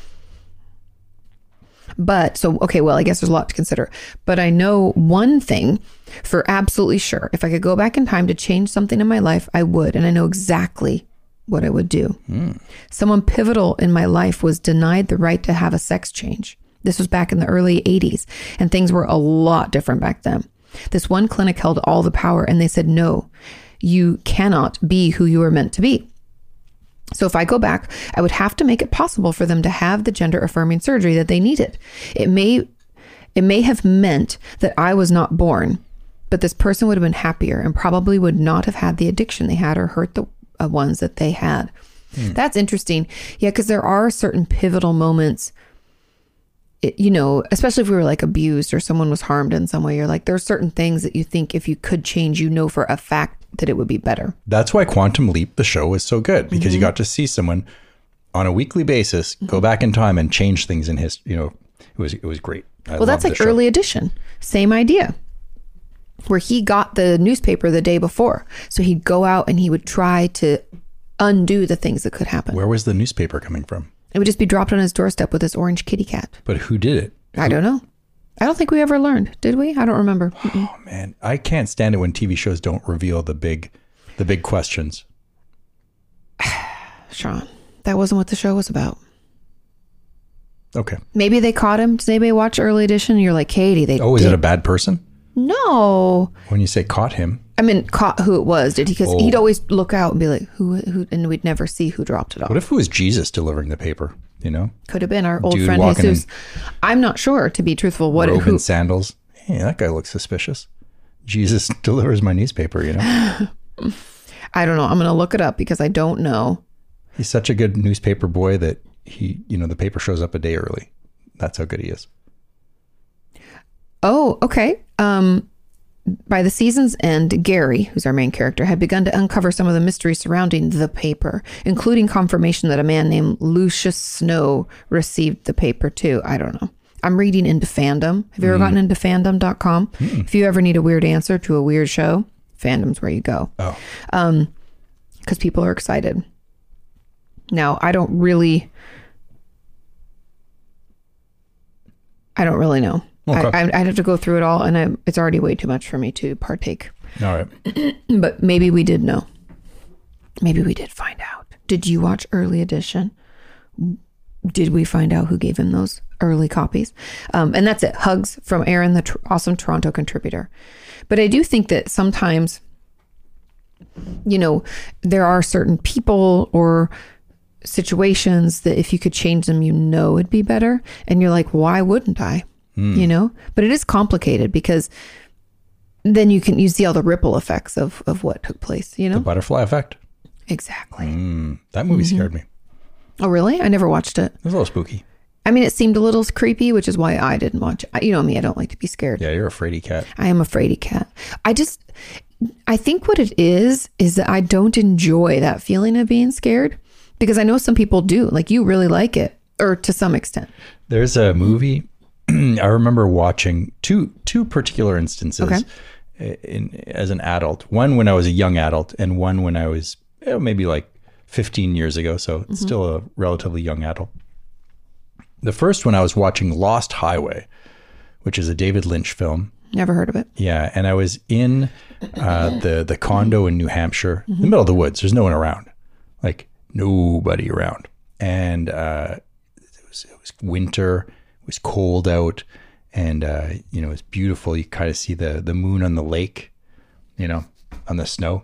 But so, okay, well, I guess there's a lot to consider. But I know one thing for absolutely sure. If I could go back in time to change something in my life, I would. And I know exactly what I would do. Someone pivotal in my life was denied the right to have a sex change. This was back in the early 80s, and things were a lot different back then. This one clinic held all the power, and they said, no, you cannot be who you are meant to be. So if I go back, I would have to make it possible for them to have the gender affirming surgery that they needed. It may it may have meant that I was not born, but this person would have been happier and probably would not have had the addiction they had or hurt the uh, ones that they had. That's interesting. Yeah, cuz there are certain pivotal moments it- you know, especially if we were like abused or someone was harmed in some way, you're like, there's certain things that you think if you could change, you know for a fact that it would be better. That's why Quantum Leap, the show, is so good because Mm-hmm. you got to see someone on a weekly basis go back in time and change things in history. You know, it was it was great. I Well, that's love like the show. early edition. Same idea. Where he got the newspaper the day before. So he'd go out and he would try to undo the things that could happen. Where was the newspaper coming from? It would just be dropped on his doorstep with this orange kitty cat. But who did it? I don't know. I don't think we ever learned, did we? I don't remember. Mm-mm. Oh man, I can't stand it when TV shows don't reveal the big, the big questions. Sean, that wasn't what the show was about. Okay. Maybe they caught him. Did anybody watch early edition? And you're like, Katie, they. Oh, is did. it a bad person? No. When you say caught him, I mean, caught who it was, did he? Because Oh. he'd always look out and be like, who, who, and we'd never see who dropped it off. what if it was Jesus delivering the paper? You know, Could have been our old Dude friend walking in- Jesus. I'm not sure, to be truthful, what robe who, and sandals. Hey, that guy looks suspicious. Jesus delivers my newspaper. You know, I don't know. I'm gonna look it up because I don't know. he's such a good newspaper boy that he, you know, the paper shows up a day early. That's how good he is. Oh, okay. Um, by the season's end, Gary, who's our main character, had begun to uncover some of the mysteries surrounding the paper, including confirmation that a man named Lucius Snow received the paper too. I don't know. I'm reading into fandom. Have Hmm. you ever gotten into fandom.com? If you ever need a weird answer to a weird show, fandom's where you go. Oh. because people are excited. Now, I don't really, I don't really know. Okay. I, I, I'd have to go through it all, and I, it's already way too much for me to partake. All right. But maybe we did know. Maybe we did find out. Did you watch Early Edition? Did we find out who gave him those early copies? Um, and that's it. Hugs from Aaron, the tr- awesome Toronto contributor. But I do think that sometimes, you know, there are certain people or situations that if you could change them, you know, it'd be better. And you're like, why wouldn't I? You know, but it is complicated because then you can you see all the ripple effects of of what took place. You know, The butterfly effect. Exactly. That movie scared me. It Oh, really? I never watched it. was a little spooky. I mean, it seemed a little creepy, which is why I didn't watch it. I- You know me, I don't like to be scared. Yeah, you're a fraidy cat. I am a fraidy cat. I just, I think what it is, is that I don't enjoy that feeling of being scared because I know some people do. Like, you really like it, or to some extent. There's a movie I remember watching two two particular instances in, as an adult. One when I was a young adult, and one when I was eh, maybe like 15 years ago. So it's still a relatively young adult. The first one I was watching Lost Highway, which is a David Lynch film. Never heard of it. Yeah, and I was in uh, the the condo in New Hampshire, in the middle of the woods. There's no one around, like nobody around, and uh, it was it was winter. It was cold out, and uh, you know it was beautiful. You kind of see the the moon on the lake, you know, on the snow.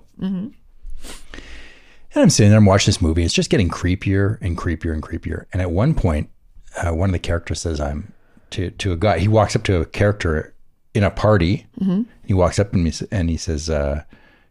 And I'm sitting there, I'm watching this movie. It's just getting creepier and creepier and creepier. And at one point, uh, one of the characters says, "I'm." To, to a guy, he walks up to a character in a party, he walks up and, he- and he says, uh,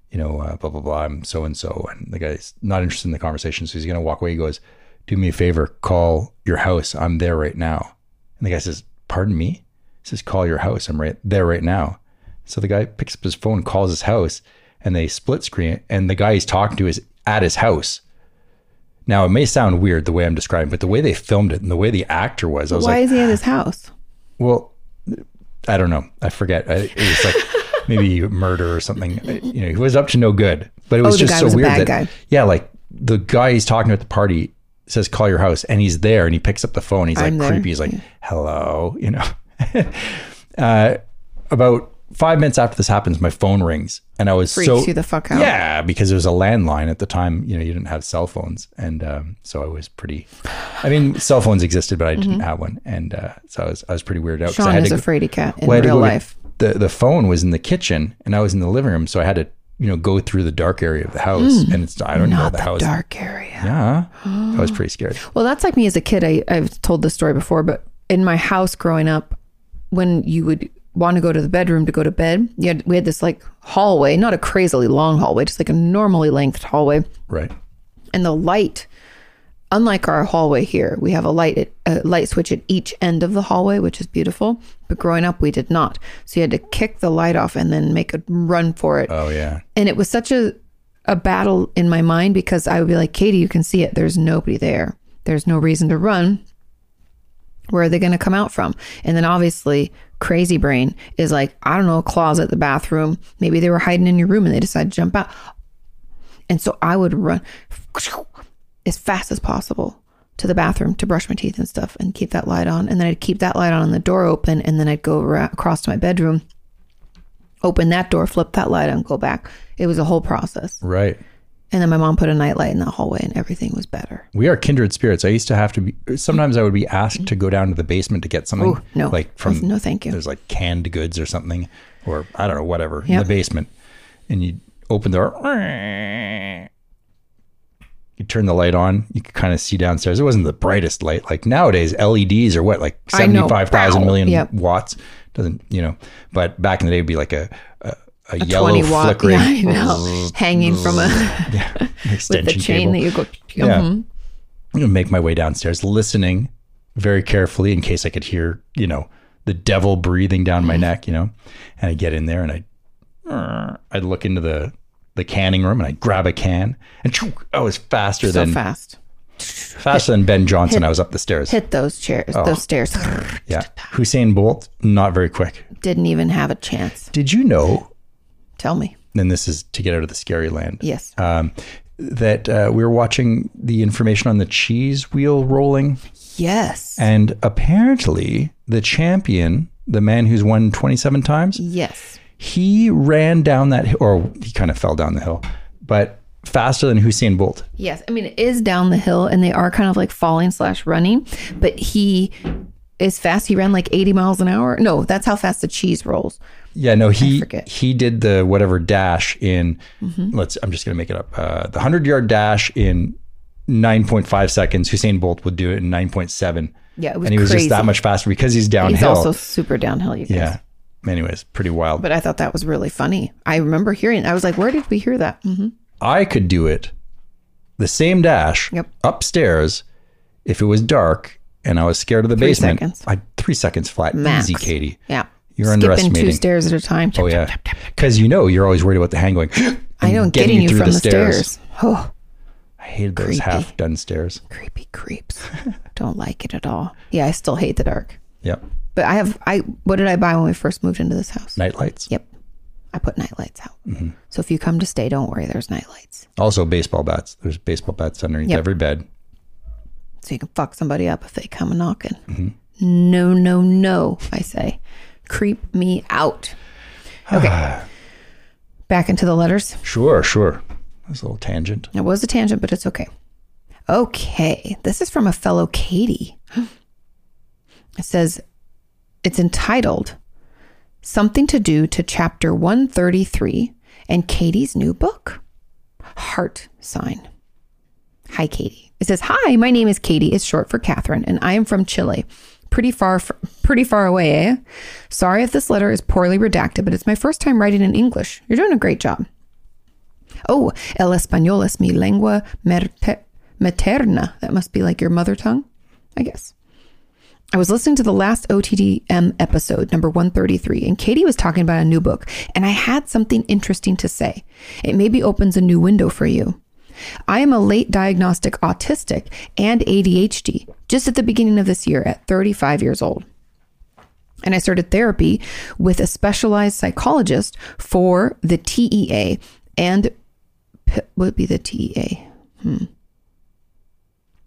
you know, uh, blah, blah, blah, I'm so and so. And the guy's not interested in the conversation. So he's going to walk away. He goes, Do me a favor, call your house. I'm there right now. And the guy says, Pardon me? He says, Call your house. I'm right there right now. So the guy picks up his phone, calls his house, and they split screen. it, And the guy he's talking to is at his house. Now, it may sound weird the way I'm describing, but the way they filmed it and the way the actor was, I was Why like, "Ah." is he at his house? well, I don't know. I forget. I, it was like maybe murder or something. You know, he was up to no good. But it was Oh, the just guy so was a weird bad that guy. yeah, like the guy he's talking to at the party says, "Call your house," and he's there, and he picks up the phone. He's like I'm there. creepy. He's like, "Hello," you know. uh, about five minutes after this happens, my phone rings, and I was Freaks so you the fuck out. yeah, because it was a landline at the time. You know, you didn't have cell phones, and um, so I was pretty. I mean, cell phones existed, but I didn't have one, and uh, so I was I was pretty weirded out. 'cause Mm-hmm. I Sean had is to a go- fraidy cat in well, I had to real go to- life. the the phone was in the kitchen, and I was in the living room, so I had to you know go through the dark area of the house, and it's I don't know Hmm. Not the, the house. dark area. Yeah, I was pretty scared. Well, that's like me as a kid. I, I've told this story before, but in my house growing up, when you would want to go to the bedroom to go to bed, you had, we had this like hallway, not a crazily long hallway, just like a normally lengthed hallway. Right. and the light unlike our hallway here we have a light at, a light switch at each end of the hallway which is beautiful but growing up we did not so you had to kick the light off and then make a run for it Oh yeah. and it was such a a battle in my mind because I would be like, Katie, you can see it. There's nobody there. There's no reason to run. Where are they going to come out from? And then obviously, crazy brain is like, I don't know, a closet, the bathroom. Maybe they were hiding in your room and they decided to jump out. And so I would run as fast as possible to the bathroom to brush my teeth and stuff and keep that light on. And then I'd keep that light on and the door open. And then I'd go ra- across to my bedroom open that door, flip that light, and go back. It was a whole process. Right. And then my mom put a nightlight in that hallway, and everything was better. We are kindred spirits. I used to have to be. Sometimes I would be asked to go down to the basement to get something. Ooh, no. like from No, thank you. There's like canned goods or something, or I don't know, whatever in Yep. the basement, and you open the door. You turn the light on. You could kind of see downstairs. It wasn't the brightest light. Like nowadays, LEDs are what like I know. seventy-five thousand Wow. million Yep. watts. Doesn't you know? But back in the day, it'd be like a a, a, yellow Twenty watt, flickering yeah, I know, hanging from a with the extension chain cable. that you go. Yeah. Mhm. I'm gonna make my way downstairs, listening very carefully in case I could hear, you know, the devil breathing down my neck, you know. And I get in there and I I'd look into the the canning room and I grab a can and choo, I was faster so than fast. faster than Ben Johnson. I was up the stairs. Hit those chairs, Oh. those stairs. Yeah. Hussein Bolt, not very quick. Didn't even have a chance. Did you know? Tell me. And this is to get out of the scary land. Yes. Um, that uh, we were watching the information on the cheese wheel rolling yes. And apparently, the champion, the man who's won 27 times, yes. he ran down that hill, or he kind of fell down the hill, but faster than Hussein Bolt. Yes. I mean, it is down the hill, and they are kind of like falling slash running, but he is fast. He ran like 80 miles an hour. No, that's how fast the cheese rolls. Yeah, no, he forget. Mm-hmm. he did the whatever dash in. Let's. I'm just gonna make it up. Uh, the hundred yard dash in 9.5 seconds. Hussein Bolt would do it in 9.7. Yeah, it was and he was crazy. just that much faster because he's downhill. He's also super downhill, you guys. yeah. Anyways, pretty wild. But I thought that was really funny. I remember hearing. I was like, "Where did we hear that?" hmm I could do it the same dash Yep. upstairs if it was dark and I was scared of the basement. seconds. I three seconds flat. Max. Easy, Katie. Yeah, You're Skipping underestimating. two stairs at a time. Oh yeah, because you know you're always worried about the hand going. I know, and getting, you from the stairs. Oh, I hated those Creepy. half done stairs. creepy creeps. Don't like it at all. Yeah, I still hate the dark. Yep. But I have. I what did I buy when we first moved into this house? Night lights. Mm-hmm. Yep, I put night lights out. So if you come to stay, don't worry. There's night lights, Also baseball bats. There's baseball bats underneath Yep. every bed. so you can fuck somebody up if they come a knocking. Mm-hmm. No, no, no. I say, creep me out. Okay. Back into the letters. Sure, sure. That's a little tangent. It was a tangent, but it's okay. Okay. This is from a fellow Katie. It says it's entitled Something to Do to Chapter 133 and Katie's new book, Heart Sign. Hi, Katie. It says, Hi, my name is Katie. It's short for Catherine, and I am from Chile. pretty far fr- pretty far away, eh? Sorry if this letter is poorly redacted, but it's my first time writing in English. You're doing a great job. Oh, el español es mi lengua merte- materna. That must be like your mother tongue, I guess. I was listening to the last OTDM episode, number 133, and Katie was talking about a new book, and I had something interesting to say. It maybe opens a new window for you. I am a late diagnostic autistic and ADHD just at the beginning of this year at 35 years old. And I started therapy with a specialized psychologist for the TEA and p- would be the TEA. Hmm.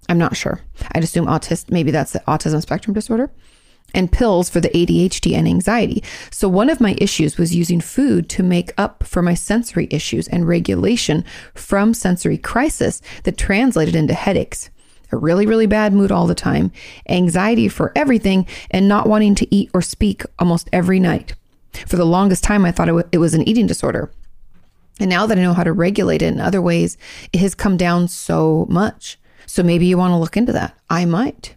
I'm not sure. I'd assume autist maybe that's the autism spectrum disorder and pills for the ADHD and anxiety. So one of my issues was using food to make up for my sensory issues and regulation from sensory crisis that translated into headaches. A really, really bad mood all the time, anxiety for everything, and not wanting to eat or speak almost every night. For the longest time, I thought it, wa- it was an eating disorder. And now that I know how to regulate it in other ways, it has come down so much. So maybe you want to look into that. I might.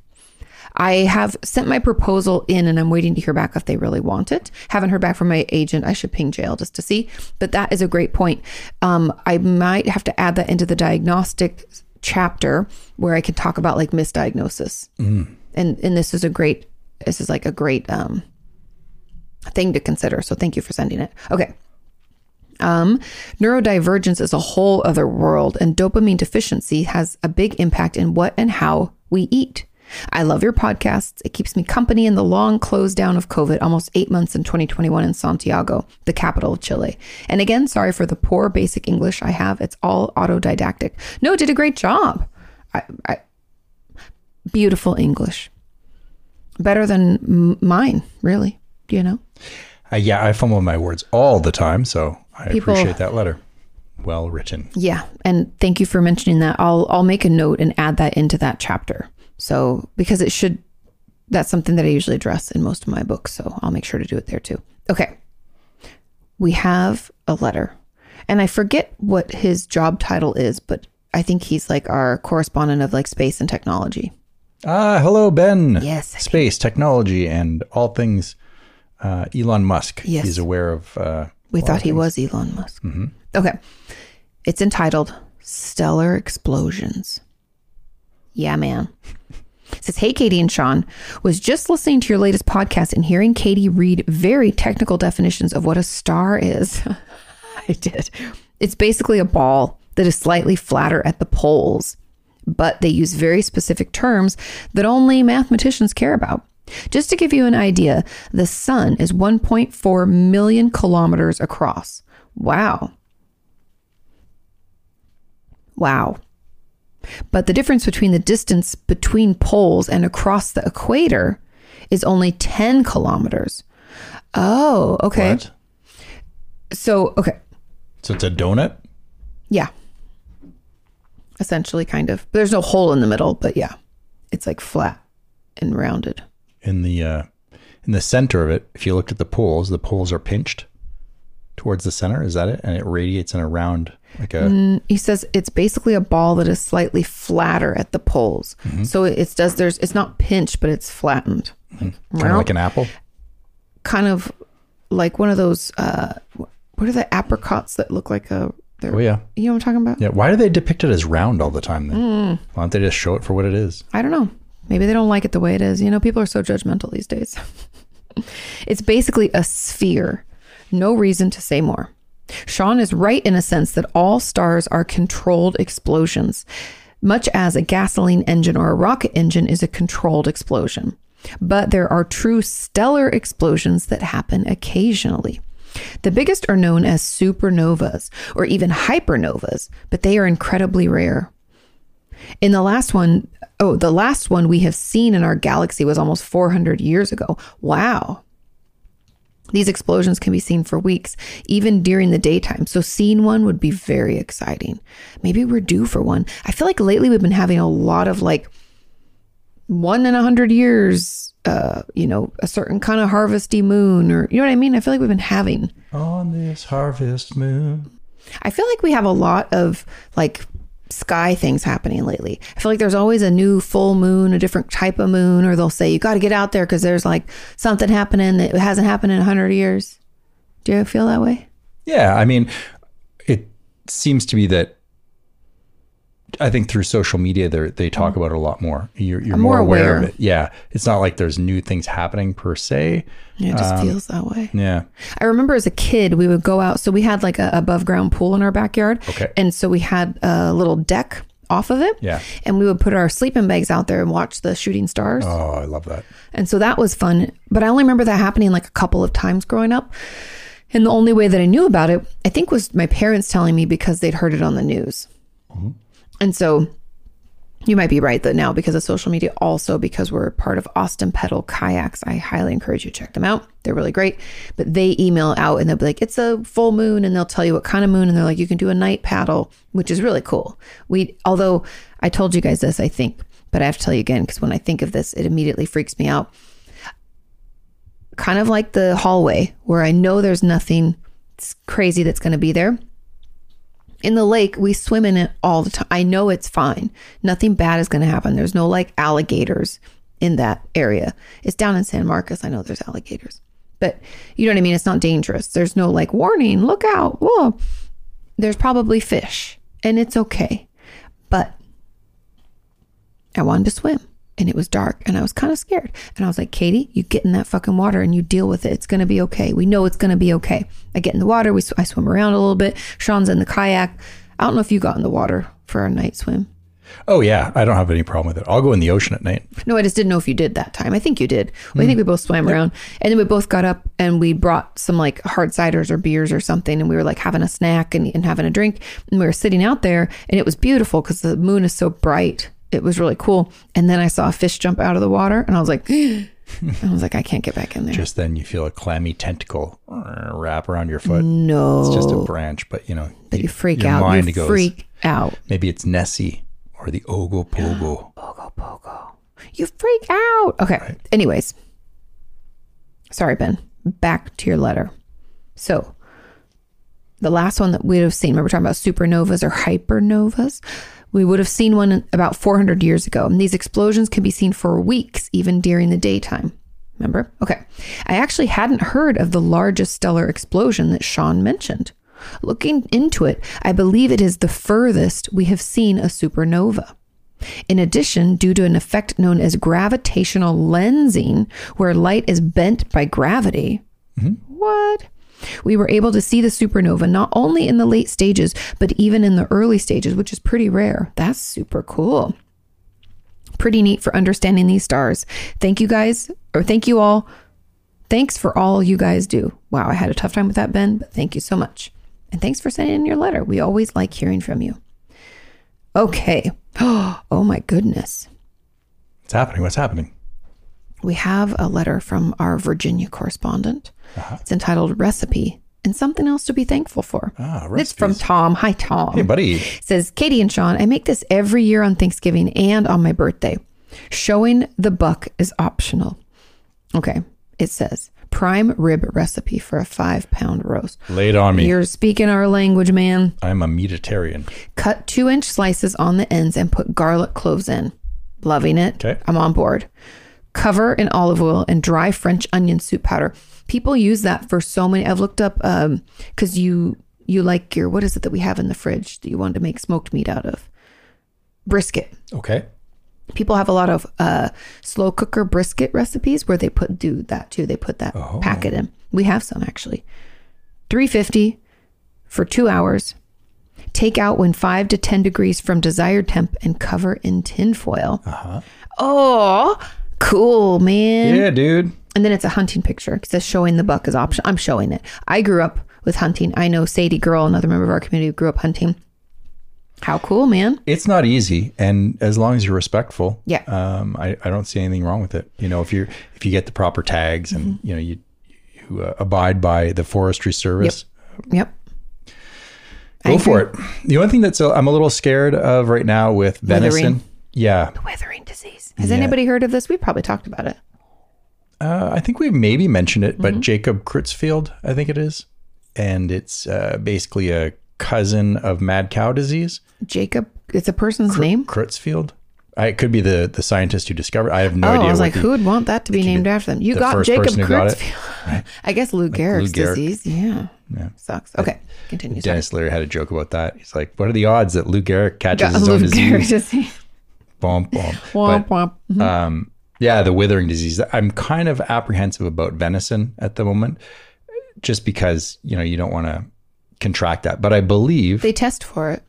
I have sent my proposal in and I'm waiting to hear back if they really want it. Haven't heard back from my agent. I should ping jail just to see. But that is a great point. Um, I might have to add that into the diagnostic chapter where I can talk about like misdiagnosis. And and this is a great this is like a great um thing to consider. So thank you for sending it. Okay. Um, neurodivergence is a whole other world, and dopamine deficiency has a big impact in what and how we eat. I love your podcasts. It keeps me company in the long close down of COVID, almost eight months in 2021 in Santiago, the capital of Chile. And again, sorry for the poor basic English I have. It's all autodidactic. No, did a great job. I, I, beautiful English. Better than m- mine, really. You know? Uh, yeah, I fumble my words all the time, so I People- appreciate that letter. Well written. Yeah, and thank you for mentioning that. I'll I'll make a note and add that into that chapter. So because it should, that's something that I usually address in most of my books. So I'll make sure to do it there too. Okay, we have a letter, and I forget what his job title is, but I think he's like our correspondent of like space and technology. Ah, hello, Ben. Yes, I Space, technology, and all things uh, Elon Musk. Yes. He's aware of. Uh, We thought he was Elon Musk. Okay. It's entitled Stellar Explosions. Yeah, man. It says, Hey, Katie and Sean. Was just listening to your latest podcast and hearing Katie read very technical definitions of what a star is. I did. It's basically a ball that is slightly flatter at the poles, but they use very specific terms that only mathematicians care about. Just to give you an idea, the sun is 1.4 million kilometers across. Wow. Wow. But the difference between the distance between poles and across the equator is only 10 kilometers. Oh, okay. what? So, okay. So it's a donut? Yeah. Essentially, kind of. There's no hole in the middle, but yeah, it's like flat and rounded. in the uh, in the center of it, if you looked at the poles, the poles are pinched towards the center. Is that it? And it radiates in a round, like a And he says it's basically a ball that is slightly flatter at the poles. Mm-hmm. So it- it's does there's it's not pinched, but it's flattened, kind of Mm-hmm. like an apple. kind of like one of those. Uh, wh- what are the apricots that look like a? They're, Oh yeah, You know what I'm talking about? yeah. Why do they depict it as round all the time? Then Mm. why don't they just show it for what it is? I don't know. Maybe they don't like it the way it is. You know, people are so judgmental these days. it's basically a sphere. No reason to say more. Sean is right in a sense that all stars are controlled explosions, much as a gasoline engine or a rocket engine is a controlled explosion. But there are true stellar explosions that happen occasionally. The biggest are known as supernovas or even hypernovas, but they are incredibly rare. In the last one, oh, the last one we have seen in our galaxy was almost 400 years ago. Wow. These explosions can be seen for weeks, even during the daytime. So, seeing one would be very exciting. Maybe we're due for one. I feel like lately we've been having a lot of like one in a hundred years, uh, you know, a certain kind of harvesty moon, or you know what I mean? I feel like we've been having On this harvest moon, I feel like we have a lot of like sky things happening lately. I feel like there's always a new full moon, a different type of moon, or they'll say you got to get out there because there's like something happening that hasn't happened in 100 years. Do you feel that way? Yeah, I mean, it seems to be that I think through social media they they talk about it a lot more. You're, you're more, Mm-hmm. more aware. of aware. it. Yeah, it's not like there's new things happening per se. Yeah, it just Um, feels that way. Yeah, I remember as a kid, we would go out. So we had like a above ground pool in our backyard. Okay. And so we had a little deck off of it. Yeah. And we would put our sleeping bags out there and watch the shooting stars. oh, I love that. And so that was fun. But I only remember that happening like a couple of times growing up. And the only way that I knew about it, I think, was my parents telling me because they'd heard it on the news. And so you might be right that now because of social media, also because we're part of Austin Pedal Kayaks, I highly encourage you to check them out. They're really great. But they email out and they'll be like, it's a full moon, and they'll tell you what kind of moon, and they're like, you can do a night paddle, which is really cool. We although I told you guys this, I think, but I have to tell you again because when I think of this, it immediately freaks me out. Kind of like the hallway where I know there's nothing s- crazy that's going to be there in the lake we swim in it all the time i know it's fine nothing bad is going to happen there's no like alligators in that area it's down in san marcos i know there's alligators but you know what i mean it's not dangerous there's no like warning look out whoa there's probably fish and it's okay but i wanted to swim and it was dark and i was kind of scared and i was like katie you get in that fucking water and you deal with it it's going to be okay we know it's going to be okay i get in the water we sw- i swim around a little bit sean's in the kayak i don't know if you got in the water for our night swim Oh yeah, I don't have any problem with it. I'll go in the ocean at night. no, I just didn't know if you did that time. I think you did. Well, Hmm. I think we both swam around, and then we both got up and we brought some like hard ciders or beers or something, and we were like having a snack and, and having a drink, and we were sitting out there, and it was beautiful because the moon is so bright. It was really cool. And then I saw a fish jump out of the water, and I was like, I was like, I can't get back in there. Just then you feel a clammy tentacle uh, wrap around your foot. no, It's just a branch, but you know, but you freak your out. mind you goes, freak out. Maybe it's Nessie or the Ogopogo. You freak out. Okay. Anyways, sorry, Ben. Back to your letter. So, the last one that we'd have seen, remember we're talking about supernovas or hypernovas? We would have seen one about 400 years ago. And these explosions can be seen for weeks, even during the daytime. Remember? Okay. I actually hadn't heard of the largest stellar explosion that Sean mentioned. Looking into it, I believe it is the furthest we have seen a supernova. In addition, due to an effect known as gravitational lensing, where light is bent by gravity, what? We were able to see the supernova not only in the late stages, but even in the early stages, which is pretty rare. That's super cool. Pretty neat for understanding these stars. Thank you guys, or thank you all. Thanks for all you guys do. Wow, I had a tough time with that, Ben, but thank you so much. And thanks for sending in your letter. We always like hearing from you. Okay. Oh my goodness. What's happening? What's happening? We have a letter from our Virginia correspondent. Uh-huh. It's entitled Recipe and Something Else to Be Thankful For. Ah, it's from recipes. Tom. Hi, Tom. Hey, buddy. Says Katie and Sean, I make this every year on Thanksgiving and on my birthday. Showing the buck is optional. Okay. It says prime rib recipe for a five pound roast. Lay it on me. You're speaking our language, man. I'm a meatitarian. Cut two inch slices on the ends and put garlic cloves in. Loving it. Okay. I'm on board. Cover in olive oil and dry French onion soup powder. People use that for so many. I've looked up um because you you like your what is it that we have in the fridge that you wanted to make smoked meat out of? Brisket Okay. people have a lot of uh, slow cooker brisket recipes where they put do that too. They put that packet in. We have some actually. Three fifty for two hours. Take out when five to ten degrees from desired temp and cover in tin foil. Oh, cool, man! Yeah, dude. And then it's a hunting picture. It says showing the buck is option. I'm showing it. I grew up with hunting. I know Sadie Girl, another member of our community, who grew up hunting. How cool, man! It's not easy, and as long as you're respectful, Yeah. um, I, I don't see anything wrong with it. You know, if you're if you get the proper tags and Mm-hmm. you know you you uh, abide by the Forestry Service, Yep. go for it. The only thing that's i I'm a little scared of right now with venison, Withering. yeah, withering disease. Has anybody heard of this? We probably talked about it. Uh, I think we maybe mentioned it, Mm-hmm. but Jacob Kritzfield, I think it is. And it's uh, basically a cousin of mad cow disease. Jacob it's a person's name. Kurtzfield. I, it could be the the scientist who discovered. I have no oh, idea. I was what like, the- who would want that to be named after them? You the got first Jacob person who got it. Kurtzfield. I guess Lou Gehrig's Gehrig. disease. Yeah. Sucks. Okay. Continue. sorry. Dennis Leary had a joke about that. He's like, what are the odds that Lou Gehrig catches his Lou own Gehrig's disease? disease. Bump, bump. Womp But, womp. um, yeah, the withering disease. I'm kind of apprehensive about venison at the moment, just because you know you don't want to contract that. But I believe They test for it.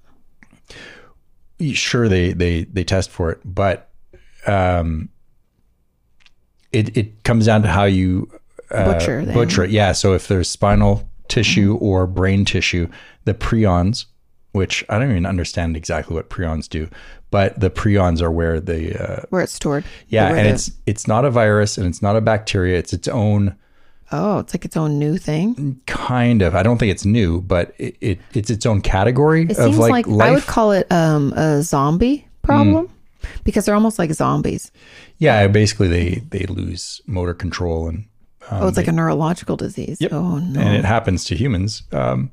sure they they they test for it, but um, it it comes down to how you Butcher. them. Uh, butcher it. Yeah. So if there's spinal tissue or brain tissue, the prions, which I don't even understand exactly what prions do, but the prions are where the uh, Where it's stored. yeah, Where and the- it's it's not a virus and it's not a bacteria. It's its own oh, it's like its own new Mm, thing. kind of. I don't think it's new, but it, it it's its own category It of seems like, like, life. Mm. I would call it um, a zombie problem because they're almost like zombies. yeah, basically they they lose motor control and oh, it's like a neurological disease. Oh no. and it happens to humans. Um,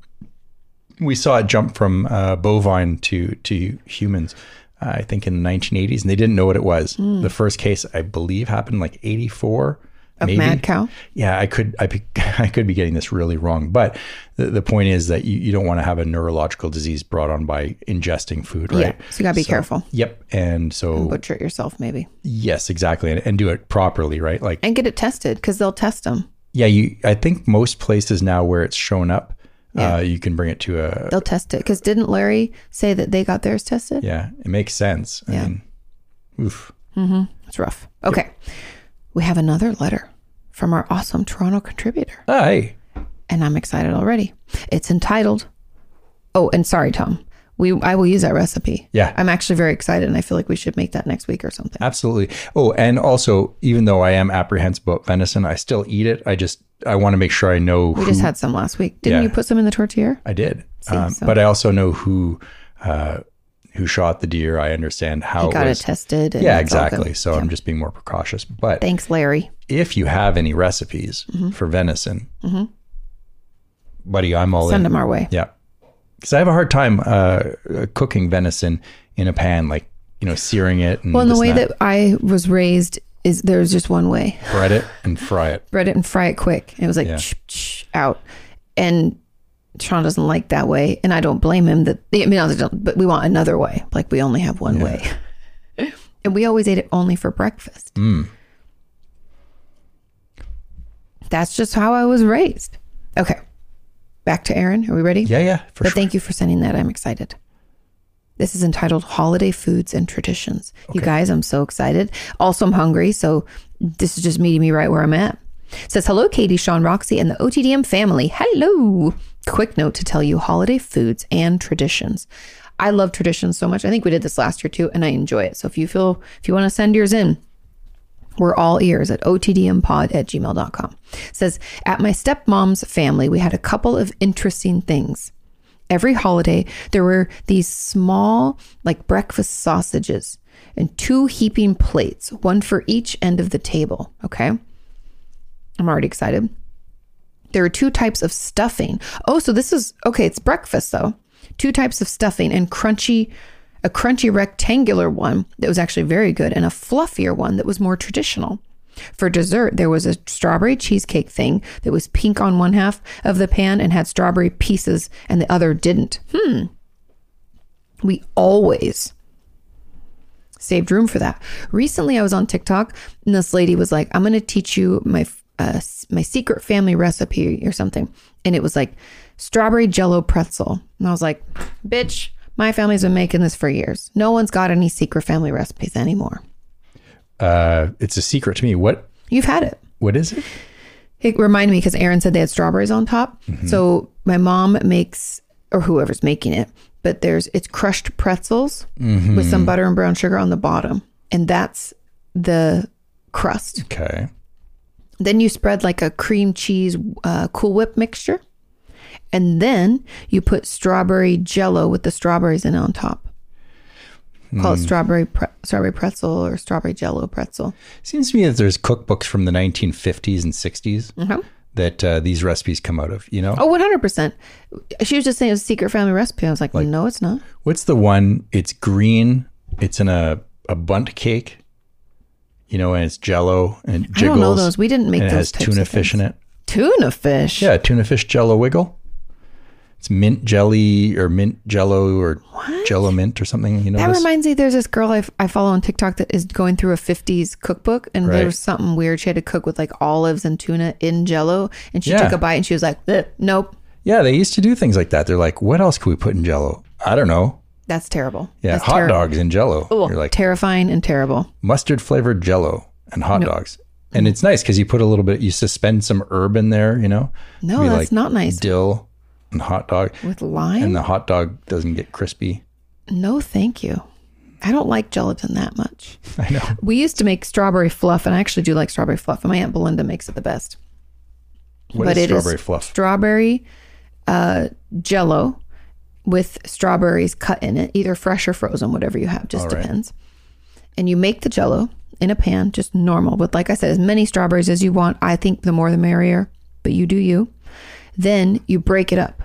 we saw it jump from uh, bovine to to humans, uh, I think in the 1980s, and they didn't know what it was. Hmm. The first case, I believe, happened like 84. Of mad cow. Yeah, I could I, be- I could be getting this really wrong, but the, the point is that you, you don't want to have a neurological disease brought on by ingesting food, right? Yeah. Oh, So you gotta be careful. Yep. And so Butcher it yourself, maybe, yes, exactly, and, and do it properly, right? Like and get it tested because they'll test them. yeah, you I think most places now where it's shown up, Yeah. uh, you can bring it to a They'll test it because didn't Larry say that they got theirs tested? Yeah, it makes sense. I Yeah. mean, oof. It's rough. Okay. We have another letter from our awesome Toronto contributor, Ah, hey, and I'm excited already. It's entitled Oh, and sorry, Tom. We I will use that recipe. Yeah. I'm actually very excited and I feel like we should make that next week or something. absolutely. Oh, and also, even though I am apprehensive about venison, I still eat it. I just I want to make sure I know We who just had some last week. Didn't Yeah. you put some in the tortilla? I did, um, so- but I also know who uh, who shot the deer. I understand how You it got was. it tested. And yeah, it's all good. exactly. So I'm just being more precautious. But Thanks, Larry. if you have any recipes Mm-hmm. for venison, buddy, I'm all in. Send them our way. Yeah. Because I have a hard time uh, uh, cooking venison in a pan, like, you know, searing it and, Well, and the this way and that I was raised is there's just one way. that. bread it and fry it. bread it and fry it quick. And it was like Yeah. "Tsh, tsh," out. And Sean doesn't like that way, and I don't blame him. That I mean, I don't, but we want another way. Like we only have one way, and we always ate it only for breakfast. That's just how I was raised. Okay, back to Aaron. Are we ready? Yeah, yeah, for But sure. thank you for sending that. I'm excited. This is entitled Holiday Foods and Traditions. You guys, I'm so excited. Also, I'm hungry, so this is just meeting me right where I'm at. It says, Hello, Katie, Sean, Roxy, and the OTDM family. Hello. Quick note to tell you holiday foods and traditions. I love traditions so much. I think we did this last year too, and I enjoy it. So if you feel, if you want to send yours in, we're all ears at otdmpod at gmail.com. It says, At my stepmom's family, we had a couple of interesting things. Every holiday, there were these small, like breakfast sausages and two heaping plates, one for each end of the table. Okay. I'm already excited. There are two types of stuffing. Oh, so this is okay, it's breakfast though. Two types of stuffing and crunchy a crunchy rectangular one that was actually very good and a fluffier one that was more traditional. For dessert, there was a strawberry cheesecake thing that was pink on one half of the pan and had strawberry pieces and the other didn't. Hmm. We always saved room for that. Recently, I was on TikTok and this lady was like, "I'm going to teach you my uh, s- my secret family recipe or something," and it was like strawberry jello pretzel, and I was like, "Bitch, my family's been making this for years. No one's got any secret family recipes anymore. Uh, it's a secret to me. What You've had it." What is it? It reminded me because Aaron said they had strawberries on top. So my mom makes, or whoever's making it, but there's it's crushed pretzels with some butter and brown sugar on the bottom, and that's the crust. Okay. Then you spread like a cream cheese uh, Cool Whip mixture, and then you put strawberry Jello with the strawberries in it on top. Call Hmm. it strawberry pre- strawberry pretzel or strawberry Jello pretzel. Seems to me that there's cookbooks from the 1950s and 60s that uh, these recipes come out of. You know, Mm-hmm. Oh, 100%. She was just saying it was a secret family recipe. I was like, no, it's not. what's the one? It's green. It's in a a bunt cake. You know, and it's Jello and it I jiggles. don't know those. We didn't make and it those has types tuna of fish things. in it. Tuna fish. Yeah, tuna fish Jello wiggle. It's mint jelly or mint Jello or Jello mint or something. You know, That this? reminds me, there's this girl I, I follow on TikTok that is going through a 50s cookbook, and Right. there was something weird. She had to cook with like olives and tuna in jello, and she Yeah. took a bite and she was like, "Bleh, nope, yeah, they used to do things like that. They're like, what else can we put in Jello? I don't know. that's terrible. Yeah, that's hot terri- dogs in Jello. Ugh, You're like terrifying and terrible. mustard flavored Jello and hot dogs, and it's nice because you put a little bit. You suspend some herb in there. You know, No, Be Oh, that's like not nice. dill and hot dog. with lime? and the hot dog doesn't get crispy. no, thank you. I don't like gelatin that much. I know. We used to make strawberry fluff, and I actually do like strawberry fluff, and my aunt Belinda makes it the best. What But is it is strawberry fluff? strawberry uh, jello with strawberries cut in it, either fresh or frozen, whatever you have, just All right. depends. And you make the jello in a pan, just normal, with like I said, as many strawberries as you want. I think the more the merrier, but you do you. Then you break it up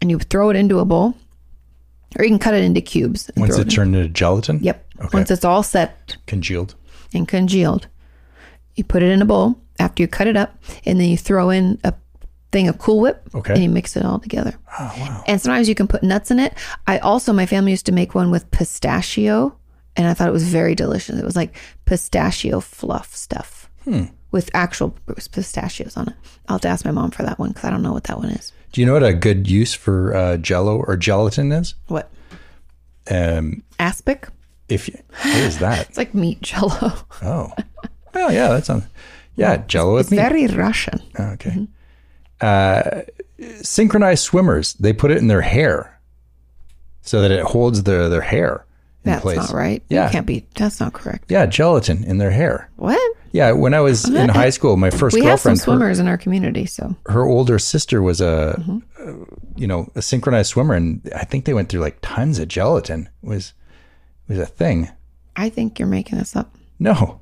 and you throw it into a bowl, or you can cut it into cubes. And Once throw it turned into gelatin. Yep. Okay. Once it's all set, Congealed. and congealed. You put it in a bowl after you cut it up, and then you throw in a thing of Cool Whip, Okay. Ah, and you mix it all together. Oh, wow. And sometimes you can put nuts in it. I also, my family used to make one with pistachio, and I thought it was very delicious. It was like pistachio fluff stuff Hmm. with actual pistachios on it. I'll have to ask my mom for that one because I don't know what that one is. Do you know what a good use for uh, Jello or gelatin is? What? Um, Aspic? if you, what is that? It's like meat jello. Oh, oh yeah, that sounds. Yeah, Jello with It's me. Oh, very Russian. okay. Mm-hmm. Uh, synchronized swimmers. They put it in their hair, so that it holds their their hair in That's place. not right. Yeah. You can't be. That's not correct. Yeah, gelatin in their hair. What? Yeah, when I was in high school, my first we have some girlfriend, her- swimmers in our community, so her older sister was a, Mm-hmm. a- you know a synchronized swimmer and i think they went through like tons of gelatin It was it was a thing I think you're making this up. no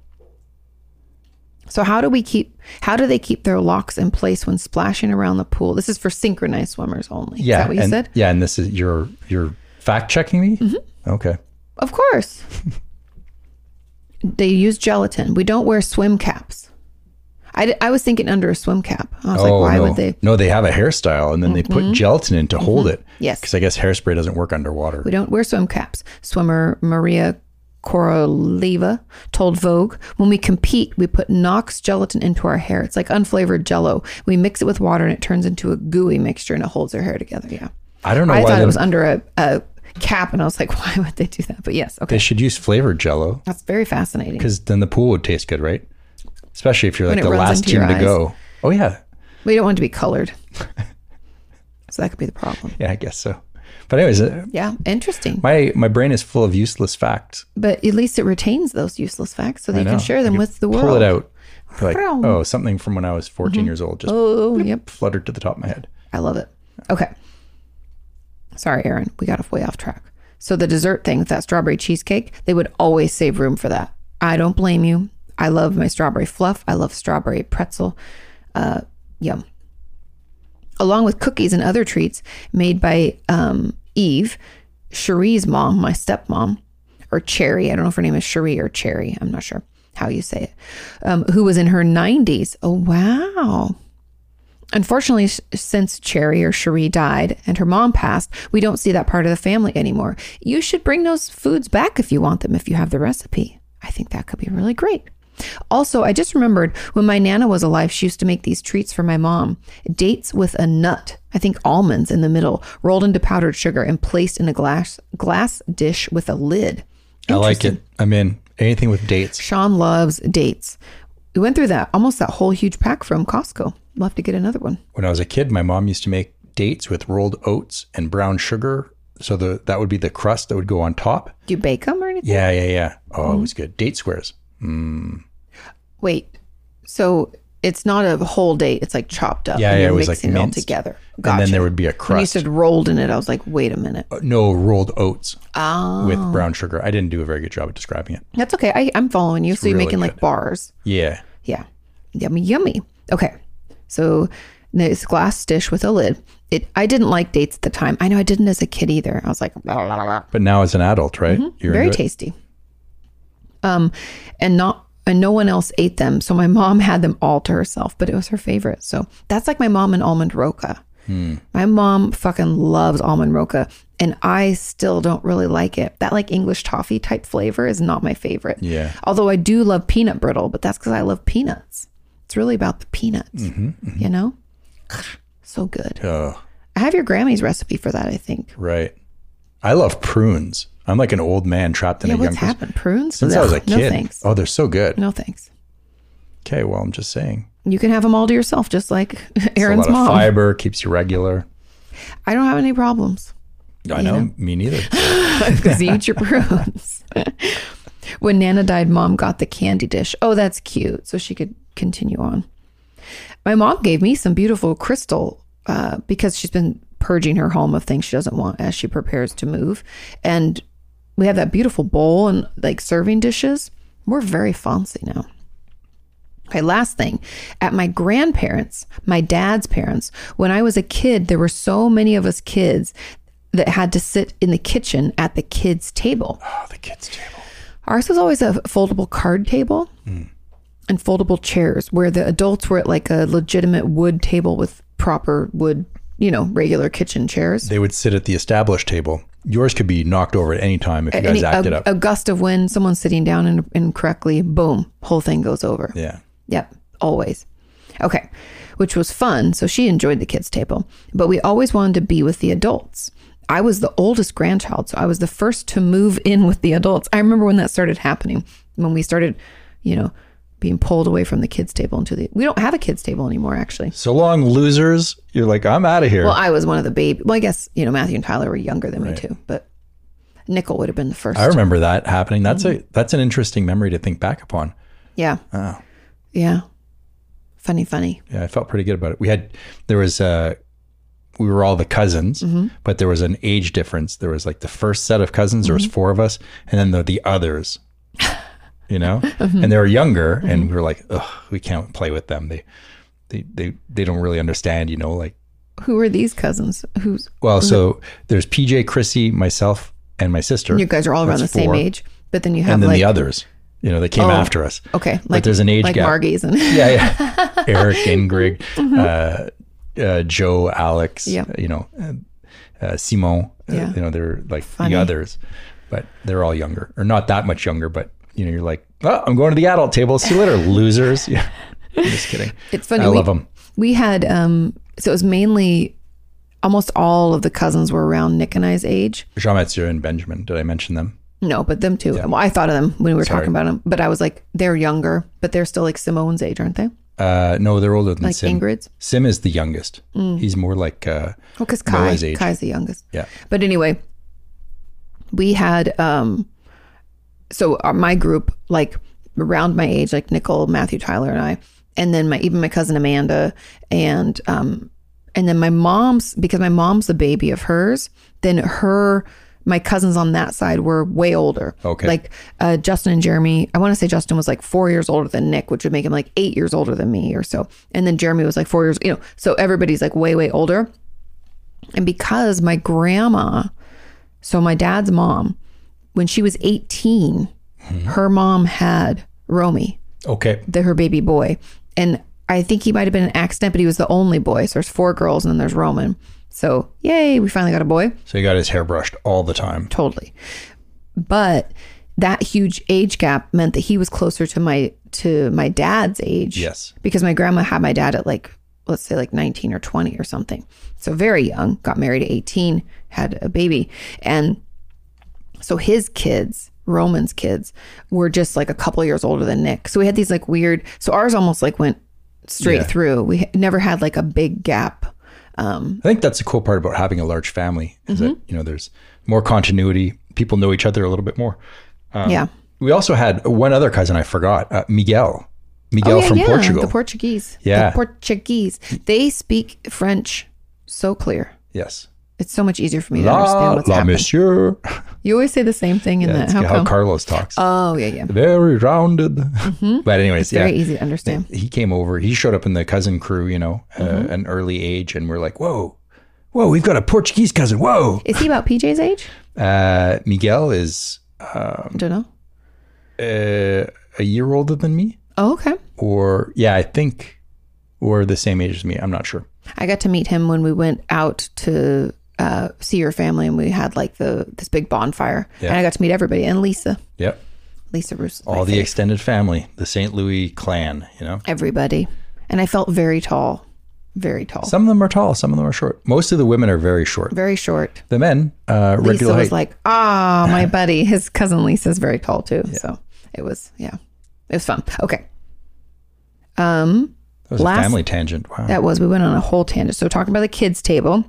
So how do we keep? How do they keep their locks in place when splashing around the pool? This is for synchronized swimmers only. yeah is that what you and, said? yeah and this is you're you're fact checking me Mm-hmm. okay Of course. they use gelatin. We don't wear swim caps. I, d- I was thinking under a swim cap. I was like, why Oh, no. would they? Mm-hmm. no they have a hairstyle and then they put gelatin in to hold it Yes. because i guess hairspray doesn't work underwater We don't wear swim caps. Swimmer Maria Koroleva told Vogue, when we compete, we put Knox gelatin into our hair. It's like unflavored jello. We mix it with water and it turns into a gooey mixture and it holds our hair together. Yeah. Oh, i don't know I why thought they, it was under a, a cap and I was like, why would they do that? But yes, okay. they should use flavored jello That's very fascinating. because then the pool would taste good right especially if you're When like it the runs last into team your to eyes. go oh yeah We don't want it to be colored. so that could be the problem. yeah i guess so but anyways uh, Yeah, interesting. my my brain is full of useless facts but at least it retains those useless facts so that you can know. share them You with the world. Pull it out. You're like, Vroom. oh, something from when I was 14 years old just Oh, yep. fluttered to the top of my head. I love it. Okay. Sorry, Aaron. We got way off track. So the dessert thing, that strawberry cheesecake, they would always save room for that. I don't blame you. I love my strawberry fluff. I love strawberry pretzel. Uh, yum. Along with cookies and other treats made by um, Eve, Cherie's mom, my stepmom, or Cherry. I don't know if her name is Cherie or Cherry. I'm not sure how you say it. Um, who was in her 90s. Oh, wow. Unfortunately, s- since Cherry or Cherie died and her mom passed, we don't see that part of the family anymore. You should bring those foods back if you want them, if you have the recipe. I think that could be really great. Also, I just remembered when my Nana was alive, she used to make these treats for my mom dates with a nut, I think almonds in the middle, rolled into powdered sugar and placed in a glass, glass dish with a lid. I like it. I'm in. Anything with dates. Sean loves dates. We went through that, almost that whole huge pack from Costco. We'll have to get another one. When I was a kid, my mom used to make dates with rolled oats and brown sugar. So the, that would be the crust that would go on top. Do you bake them or anything? Yeah, yeah, yeah. Oh, it was good. Date squares. Wait, so it's not a whole date; it's like chopped up. Yeah, and yeah, you're it was, like, mixing it all minced. together. And Gotcha. then there would be a when you crust. said rolled in it, I was like, wait a minute. Uh, no, rolled oats Ah, with brown sugar. I didn't do a very good job at describing it. that's okay. I, I'm following you. so you're really making like good. bars. Yeah. Yeah, yummy, yummy. Okay, So this glass dish with a lid. It I didn't like dates at the time. I know I didn't as a kid either. I was like blah, blah, blah. But now as an adult, right? You're Mm-hmm. very into it? tasty. Um, and not and no one else ate them, so my mom had them all to herself. But it was her favorite. So that's like my mom and almond roca. Hmm. My mom fucking loves almond roca, and I still don't really like it. That like English toffee type flavor is not my favorite. Yeah. Although I do love peanut brittle, but that's because I love peanuts. It's really about the peanuts, Mm-hmm, you know. So good. Oh, I have your Grammy's recipe for that. I think. right. I love prunes. I'm like an old man trapped in Yeah, a young what's person. happened? Prunes? Since I was a No kid. thanks. Oh, they're so good. No thanks. Okay, well, I'm just saying. You can have them all to yourself, just like Aaron's a mom. lot of fiber keeps you regular. I don't have any problems I know, me neither. because you eat your prunes. when Nana died, mom got the candy dish. Oh, that's cute. So she could continue on. My mom gave me some beautiful crystal uh, because she's been purging her home of things she doesn't want as she prepares to move. And we have that beautiful bowl and like serving dishes. We're very fancy now. Okay, last thing. At my grandparents, my dad's parents, when I was a kid, there were so many of us kids that had to sit in the kitchen at the kids' table. Oh, the kids' table. Ours was always a foldable card table and foldable chairs where the adults were at like a legitimate wood table with proper wood, you know, regular kitchen chairs. They would sit at the established table. Yours could be knocked over at any time if you guys Any- acted a, up. a gust of wind, someone sitting down in, incorrectly, boom, whole thing goes over. yeah. Yep, always. Okay, which was fun. So she enjoyed the kids' table, but we always wanted to be with the adults. I was the oldest grandchild, so I was the first to move in with the adults. I remember when that started happening, when we started, you know, being pulled away from the kids' table into the. We don't have a kids' table anymore, actually. So long, losers. You're like, I'm out of here. Well, I was one of the baby. Well, I guess you know Matthew and Tyler were younger than me too, but Nickel would have been the first. I remember that happening. That's a that's an interesting memory to think back upon. yeah. Oh. Yeah. Funny, funny. Yeah, I felt pretty good about it. We had there was uh we were all the cousins, Mm-hmm. but there was an age difference. There was like the first set of cousins, there was Mm-hmm. four of us, and then the, the others. You know? Mm-hmm. And they were younger and we were like, Ugh, we can't play with them. They they they they don't really understand, you know, like Who are these cousins? Who's well, so there's PJ, Chrissy, myself, and my sister. you guys are all around the That's same four. age, but then you have and then like the others. You know, they came Oh. after us. Okay, But there's an age like gap. Margie's and yeah, yeah. Eric Ingrig, uh, uh, Joe, Alex, Mm-hmm. Yeah. you know, uh, uh, Simon, Yeah. uh, you know, they're like the others, but they're all younger or not that much younger, but you know, you're like, oh, I'm going to the adult table. See you later, losers. Yeah. I'm just kidding. it's funny. I we, love them. We had um, so it was mainly almost all of the cousins were around Nick and I's age. Jean Mathieu and Benjamin. Did I mention them? No, but them too. Well, I thought of them when we were talking about them, but I was like, they're younger, but they're still like Simone's age, aren't they? Uh, no, they're older than Like Mm. Sim. Ingrid's. Sim is the youngest. He's more like, uh, Oh, because Kai, Noah's age. Kai's the youngest. yeah. But anyway, we had um so our, my group like around my age like Nicole, Matthew, Tyler and I and then my even my cousin Amanda and um and then my mom's because my mom's the baby of hers, then her my cousins on that side were way older. Okay. Like uh, Justin and Jeremy, I want to say Justin was like four years older than Nick, which would make him like eight years older than me or so. And then Jeremy was like four years, you know, so everybody's like way, way older. And because my grandma, so my dad's mom, when she was 18, her mom had Romy, Okay. the, her baby boy. And I think he might have been an accident, but he was the only boy. So there's four girls and then there's Roman. So yay, we finally got a boy. So he got his hair brushed all the time. Totally. But that huge age gap meant that he was closer to my to my dad's age. Yes. Because my grandma had my dad at like let's say like 19 or 20 or something. So very young, got married at 18, had a baby. And so his kids, Roman's kids, were just like a couple years older than Nick. So we had these like weird so ours almost like went straight Yeah. through. We never had like a big gap. I think that's the cool part about having a large family is that Mm-hmm. you know there's more continuity. People know each other a little bit more. Um, yeah. We also had one other cousin I forgot, uh, Miguel. Miguel from Portugal. Oh, The Portuguese. Yeah. The Portuguese. They speak French so clear. yes, It's so much easier for me to La, understand what's la happening. monsieur. You always say the same thing in Yeah, the that's how, how come? Carlos talks. oh yeah, yeah. Very rounded. But anyways, yeah. Mm-hmm. Very easy Mm-hmm. to understand. he came over. He showed up in the cousin crew, you know, uh, an early age, and we're like, whoa, whoa, we've got a Portuguese cousin. Whoa. Is he about PJ's age? Uh, Miguel is Um, Don't know. uh, a year older than me, Oh, okay. or yeah, I think, or the same age as me. I'm not sure. I got to meet him when we went out to uh, see your family, and we had like the this big bonfire, and I got to meet everybody and Lisa, Yep. Lisa Bruce, All the extended family, the St. Louis clan, you know. everybody, and I felt very tall, very tall, Some of them are tall, some of them are short. Most of the women are very short. very short. The men, uh, Lisa regular height. was like, "Ah, my buddy, his cousin Lisa's very tall too." So it was, yeah, it was fun. Okay, um, that was a last- family tangent. Wow. that was we went on a whole tangent. So talking about the kids table.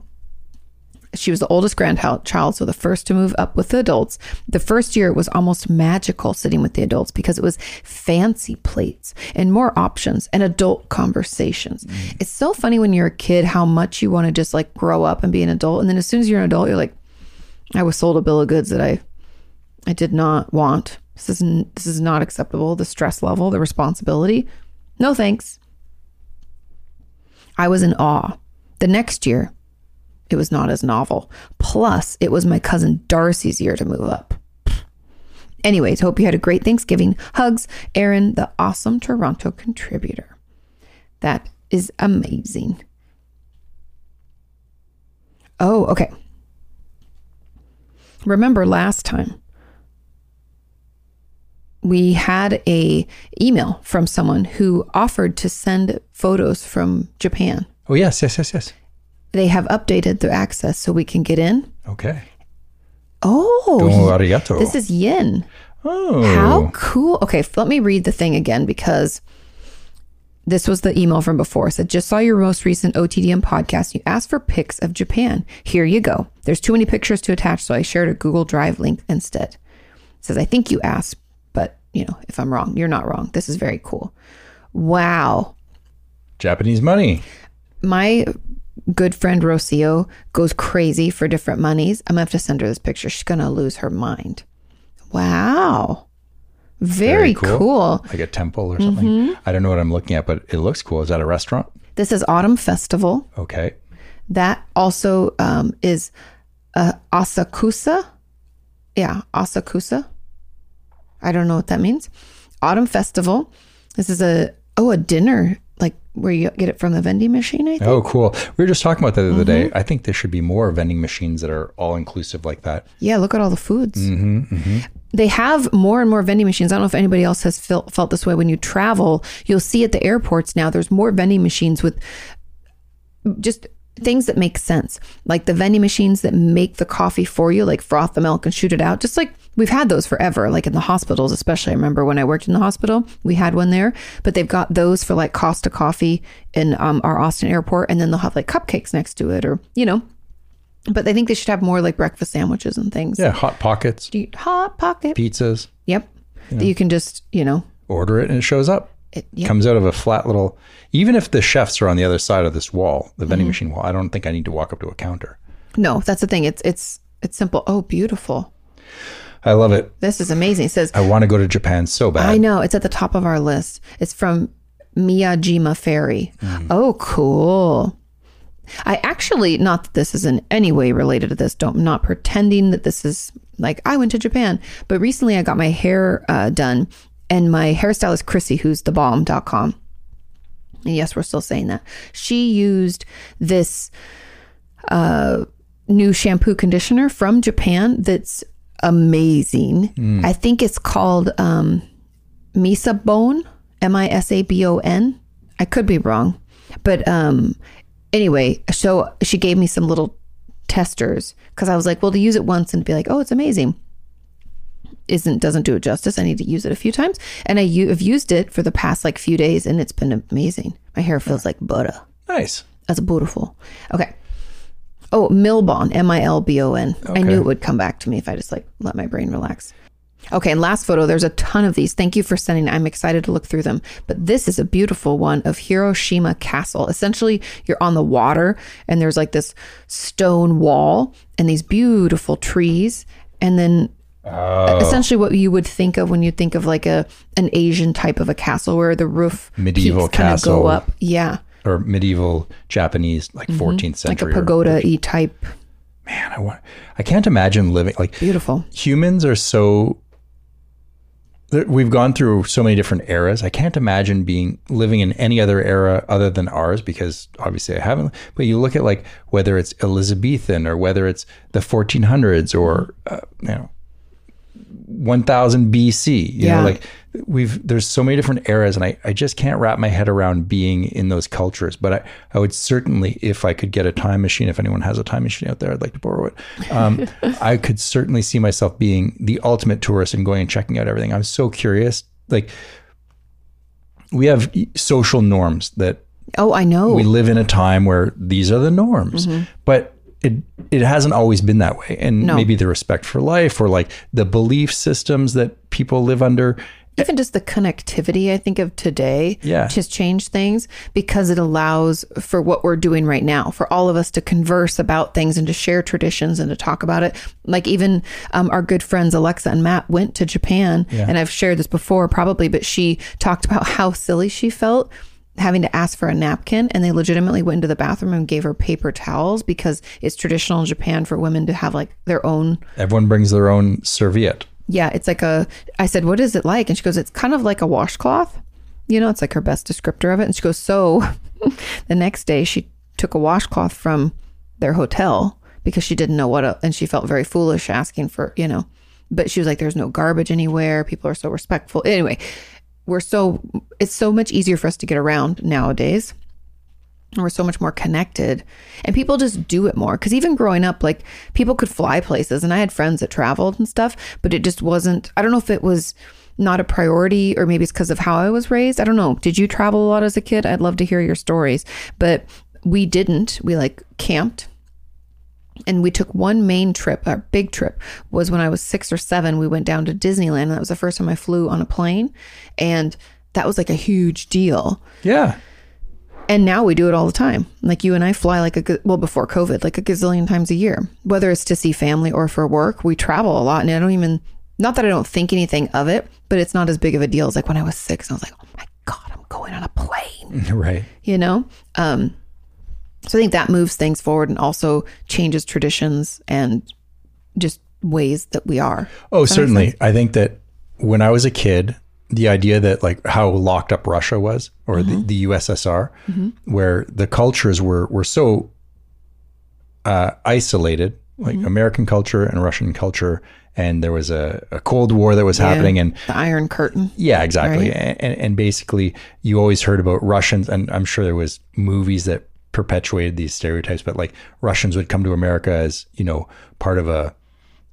She was the oldest grandchild, so the first to move up with the adults. The first year, it was almost magical sitting with the adults because it was fancy plates and more options and adult conversations. It's so funny when you're a kid how much you want to just like grow up and be an adult. And then as soon as you're an adult, you're like, I was sold a bill of goods that I I did not want. This is not this is not acceptable. The stress level, the responsibility. No thanks. I was in awe. The next year, it was not as novel. Plus, it was my cousin Darcy's year to move up. Anyways, hope you had a great Thanksgiving. Hugs, Aaron, the awesome Toronto contributor. That is amazing. Oh, okay. Remember last time we had a email from someone who offered to send photos from Japan. oh, yes, yes, yes, yes. They have updated the access so we can get in. Okay. Oh, Oh, arigato. this is yin. oh. How cool. Okay, f- let me read the thing again because this was the email from before. It said, just saw your most recent OTDM podcast. You asked for pics of Japan. Here you go. There's too many pictures to attach, so I shared a Google Drive link instead. It says, I think you asked, but you know, if I'm wrong, you're not wrong. This is very cool. Wow. Japanese money. My good friend Rocio goes crazy for different monies. I'm gonna have to send her this picture. She's gonna lose her mind. Wow. Very, Very cool. cool. like a temple or something. Mm-hmm. I don't know what I'm looking at, but it looks cool. Is that a restaurant? This is Autumn Festival. Okay. That also um, is uh, Asakusa. Yeah, Asakusa. I don't know what that means. Autumn Festival. This is a oh a dinner like where you get it from the vending machine. I think. Oh, cool. We were just talking about that the other day. Mm-hmm. I think there should be more vending machines that are all inclusive like that. Yeah, look at all the foods. They have more and more vending machines. I don't know if anybody else has felt felt this way when you travel. You'll see at the airports now. There's more vending machines with just things that make sense, like the vending machines that make the coffee for you, like froth the milk and shoot it out. Just like we've had those forever, like in the hospitals, especially. I remember when I worked in the hospital, we had one there, but they've got those for like Costa Coffee in um, our Austin airport, and then they'll have like cupcakes next to it, or you know. But I think they should have more like breakfast sandwiches and things. Yeah, hot pockets, Do you- hot pocket. pizzas. Yep. That you can just, you know, Order it and it shows up. it, yeah. Comes out of a flat little. Even if the chefs are on the other side of this wall, the Mm-hmm. vending machine wall, I don't think I need to walk up to a counter. no, that's the thing. It's it's it's simple. Oh, beautiful. I love it. This is amazing. It says, I want to go to Japan so I bad. know it's at the top of our list. It's from Miyajima Ferry. Oh, cool. I actually, not that this is in any way related to this. Don't not pretending that this is like I went to Japan, but recently I got my hair uh, done, and my hairstylist Chrissy, who's the bomb.com, and yes, we're still saying that. She used this uh, new shampoo conditioner from Japan that's amazing. I think it's called um, Misa Bone, M I S A B O N. I could be wrong, but um, anyway, so she gave me some little testers because I was like, well, to use it once and be like, oh, it's amazing isn't doesn't do it justice. I need to use it a few times, and I u- have used it for the past like few days, and it's been amazing. My hair feels like butter. Nice. That's beautiful. Okay. Oh, Milbon, M I L B O N. I knew it would come back to me if I just like let my brain relax. Okay, and last photo, there's a ton of these. Thank you for sending. I'm excited to look through them. But this is a beautiful one of Hiroshima Castle. Essentially, you're on the water and there's like this stone wall and these beautiful trees and then Oh. e-, essentially what you would think of when you think of like a an Asian type of a castle where the roof Medieval peaks kinda castle. go up. Yeah. or medieval Japanese, like 14th Mm-hmm. Like a century. or- pagoda e type. man, I want. I can't imagine living like Beautiful. humans are so there- we've gone through so many different eras i can't imagine being living in any other era other than ours because obviously i haven't but you look at like whether it's elizabethan or whether it's the 1400s or uh, you know 1000 bc you Yeah. know like we've there's so many different eras and I, I just can't wrap my head around being in those cultures but I, I would certainly if i could get a time machine if anyone has a time machine out there i'd like to borrow it um, i could certainly see myself being the ultimate tourist and going and checking out everything i'm so curious like we have social norms that Oh, I know. we live in a time where these are the norms but it it hasn't always been that way and No. maybe the respect for life or like the belief systems that people live under even just the connectivity i think of today Yeah. has changed things because it allows for what we're doing right now for all of us to converse about things and to share traditions and to talk about it like even um, our good friends alexa and matt went to japan and i've shared this before probably but she talked about how silly she felt having to ask for a napkin and they legitimately went into the bathroom and gave her paper towels because it's traditional in japan for women to have like their own everyone brings their own serviette yeah, it's like a. I said, "What is it like?" And she goes, "It's kind of like a washcloth." You know, it's like her best descriptor of it. And she goes, "So, the next day she took a washcloth from their hotel because she didn't know what, a, and she felt very foolish asking for, you know." But she was like, "There's no garbage anywhere. People are so respectful." Anyway, we're so it's so much easier for us to get around nowadays and we're so much more connected and people just do it more because even growing up like people could fly places and i had friends that traveled and stuff but it just wasn't i don't know if it was not a priority or maybe it's because of how i was raised i don't know did you travel a lot as a kid i'd love to hear your stories but we didn't we like camped and we took one main trip our big trip was when i was six or seven we went down to disneyland and that was the first time i flew on a plane and that was like a huge deal yeah and now we do it all the time. Like you and I fly like a ga- well before COVID, like a gazillion times a year. Whether it's to see family or for work, we travel a lot, and I don't even not that I don't think anything of it, but it's not as big of a deal as like when I was six. And I was like, oh my god, I'm going on a Mm. plane, right you know. Um, so I think that moves things forward and also changes traditions and just ways that we are. Oh, certainly. I think that when I was a kid, the idea that like how locked up Russia was or the, the USSR, where the cultures were were so uh, isolated, like American culture and Russian culture, and there was a, a Cold War that was happening, and The Iron Curtain. yeah, exactly. And, and and basically, you always heard about Russians, and I'm sure there was movies that perpetuated these stereotypes. But like Russians would come to America as you know part of a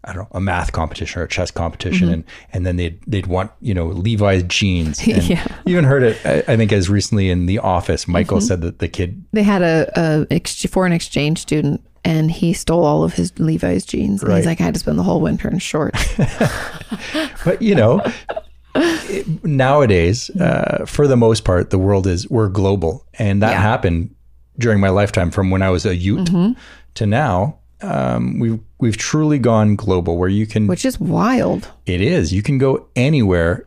I don't know a math competition or a chess competition, and and then they'd they'd want you know Levi's jeans. And Yeah. you even heard it. I, I think as recently in The Office, Michael said that the kid they had a, a ex- foreign exchange student and he stole all of his Levi's jeans. And he's Right. like, I had to spend the whole winter in shorts. but you know it- nowadays uh, for the most part the world is we're global and that Yeah. Mm-hmm. happened during my lifetime from when i was a youth to now um, we've we've truly gone global where you can which is wild. it is you can go anywhere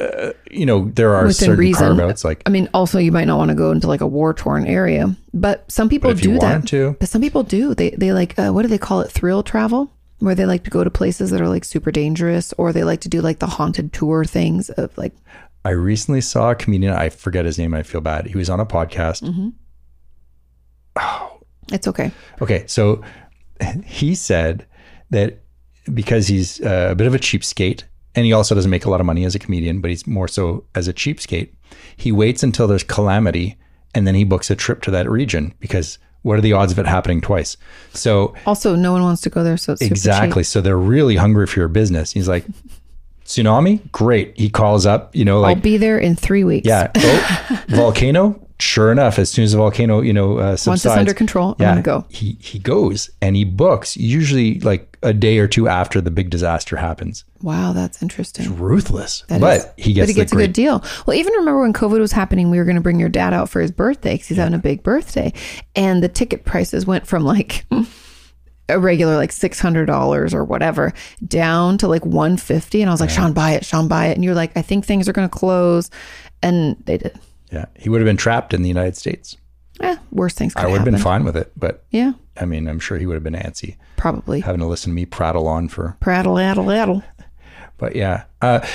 uh, you know there are Within certain reason. carve outs like I mean, also you might not want to go into like a war torn area, but some people if do you that. wanted to. But some people do. They they like uh, what do they call it? Thrill travel, where they like to go to places that are like super dangerous, or they like to do like the haunted tour things of like I recently saw a comedian. I forget his name. I feel bad. He was on a podcast. Mm-hmm. it's okay. Okay, so he said that because he's uh, a bit of a cheapskate, and he also doesn't make a lot of money as a comedian, but he's more so as a cheapskate. He waits until there's calamity, and then he books a trip to that region because what are the odds of it happening twice? So Also, no one wants to go there, so it's super cheap. exactly. So they're really hungry for your business. He's like, tsunami, great. He calls up, you know, I'll like be there in three weeks. yeah, oh, volcano, sure enough, as soon as the volcano, you know, uh, subsides, Once it's under control, I'm yeah, gonna go. He he goes and he books usually like a day or two after the big disaster happens. Wow, that's interesting. Ruthless, That but is- he gets but he the gets a great good deal. Well, even remember when COVID was happening, we were going to bring your dad out for his birthday because he's having a big birthday, and the ticket prices went from like a regular like six hundred dollars or whatever down to like one fifty, and I was like, Sean, buy it, Sean, buy it, and you're like, I think things are going to close, and they did. Yeah, he would have been trapped in the United States. Eh, worse things could I would have happen. been fine with it, but yeah, I mean, I'm sure he would have been antsy probably. having to listen to me prattle on for. Prattle, addle, addle. But yeah, uh,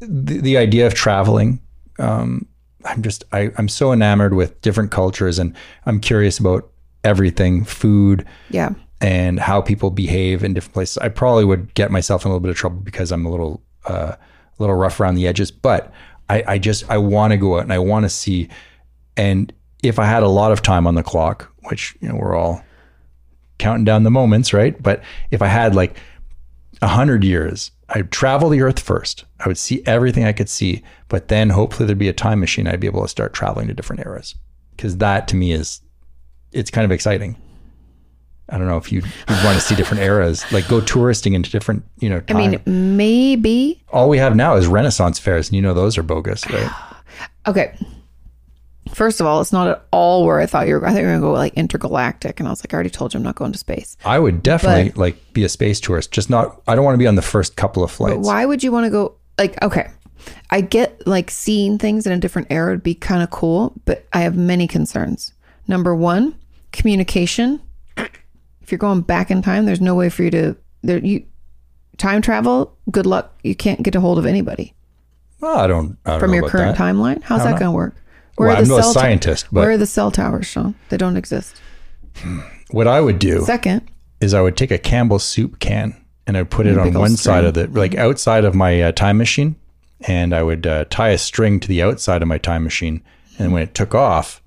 the, the idea of traveling, um, I'm just I, I'm so enamored with different cultures, and I'm curious about everything, food, Yeah. and how people behave in different places. I probably would get myself in a little bit of trouble because I'm a little uh, a little rough around the edges, but I, I just I want to go out and I want to see. And if I had a lot of time on the clock, which you know we're all counting down the moments, right? But if I had like a hundred years, I'd travel the earth first. I would see everything I could see, but then hopefully there'd be a time machine. I'd be able to start traveling to different eras because that to me is it's kind of exciting. I don't know if you want to see different eras, like go touristing into different, you know, I time. mean, maybe all we have now is Renaissance fairs, and you know those are bogus, right? Okay. First of all, it's not at all where I thought you were. I thought you were going to go like intergalactic, and I was like, I already told you I'm not going to space. I would definitely like be a space tourist, just not. I don't want to be on the first couple of But flights. why would you want to go? Like, okay, I get like seeing things in a different era would be kind of cool, but I have many concerns. Number one, communication. If you're going back in time, there's no way for you to there you time travel. Good luck. You can't get a hold of anybody Well, I don't. I don't from know your about current that. timeline. How's that going to work? Where Well, I'm no cell to- scientist, where but are the cell towers, Sean? They don't exist. what I would do Second, is I would take a Campbell's soup can and I'd put it on big ol' one side of the, like outside of my uh, time machine, and I would uh, tie a string to the outside of my time machine, and when it took off,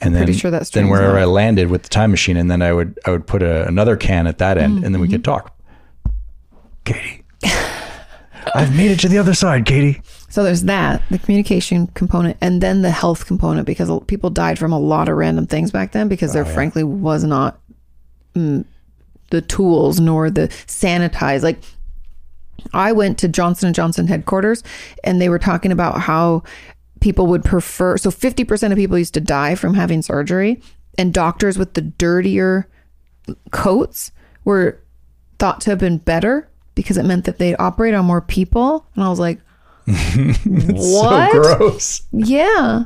and then pretty sure that then string's wherever not- I landed with the time machine, and then I would I would put a, another can at that end, and then we Mm-hmm. could talk. Katie, I've made it to the other side, Katie. So there's that, the communication component, and then the health component because people died from a lot of random things back then because there frankly was not mm, the tools nor the sanitize. Like I went to Johnson and Johnson headquarters and they were talking about how people would prefer so 50% of people used to die from having surgery and doctors with the dirtier coats were thought to have been better because it meant that they'd operate on more people and I was like what? So gross. Yeah.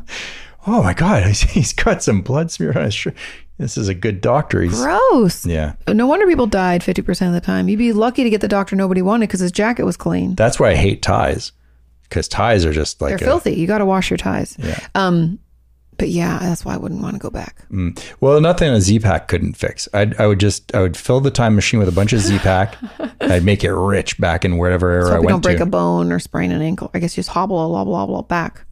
Oh my God, he's got some blood smear on his shirt. This is a good doctor. He's, Gross. yeah. No wonder people died 50% of the time. You'd be lucky to get the doctor nobody wanted because his jacket was clean. That's why I hate ties, because ties are just They're like a, filthy. You got to wash your ties. Yeah. Um, but yeah, that's why I wouldn't want to go back. well, nothing a Z pack couldn't fix. I'd, I would just I would fill the time machine with a bunch of Z pack. I'd make it rich back in wherever era So I hope you don't went break to. a bone or sprain an ankle. I guess you just hobble a blah, blah, blah back.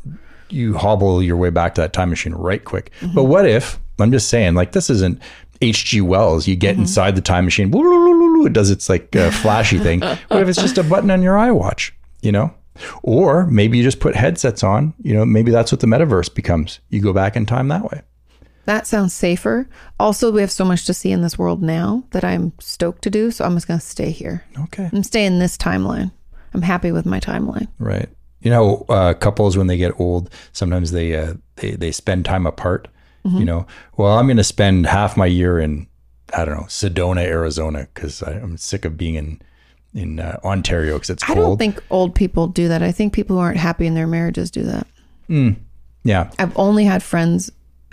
you hobble your way back to that time machine right quick. Mm-hmm. But what if I'm just saying like this isn't H.G. Wells? You Mm-hmm. get inside the time machine, woo-loo-loo-loo-loo, it does its like uh, flashy thing. What if it's just a button on your iWatch? You know. Or maybe you just put headsets on. You know, maybe that's what the metaverse becomes. You go back in time that way. That sounds safer. Also, we have so much to see in this world now that I'm stoked to do. So I'm just going to stay here. Okay. I'm staying this timeline. I'm happy with my timeline. Right. You know, uh, couples when they get old, sometimes they uh, they they spend time apart. Mm-hmm. You know, well, I'm going to spend half my year in I don't know Sedona, Arizona, because I'm sick of being in in uh, Ontario because it's I cold. don't think old people do that. I think people who aren't happy in their marriages do that. yeah. I've only had friends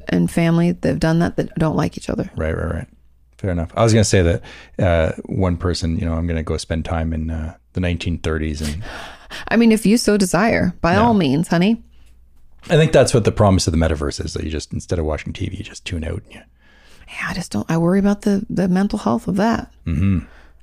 and family that have done that that don't like each other. Right. Right. Right. Fair enough. I was going to say that uh, one person, you know, I'm going to go spend time in uh, the 1930s, and I mean, if you so desire, by all means, honey. I think that's what the promise of the metaverse is. That you just instead of watching TV, you just tune out. And you, Yeah, I just don't. I worry about the the mental health of that. Mm-hmm.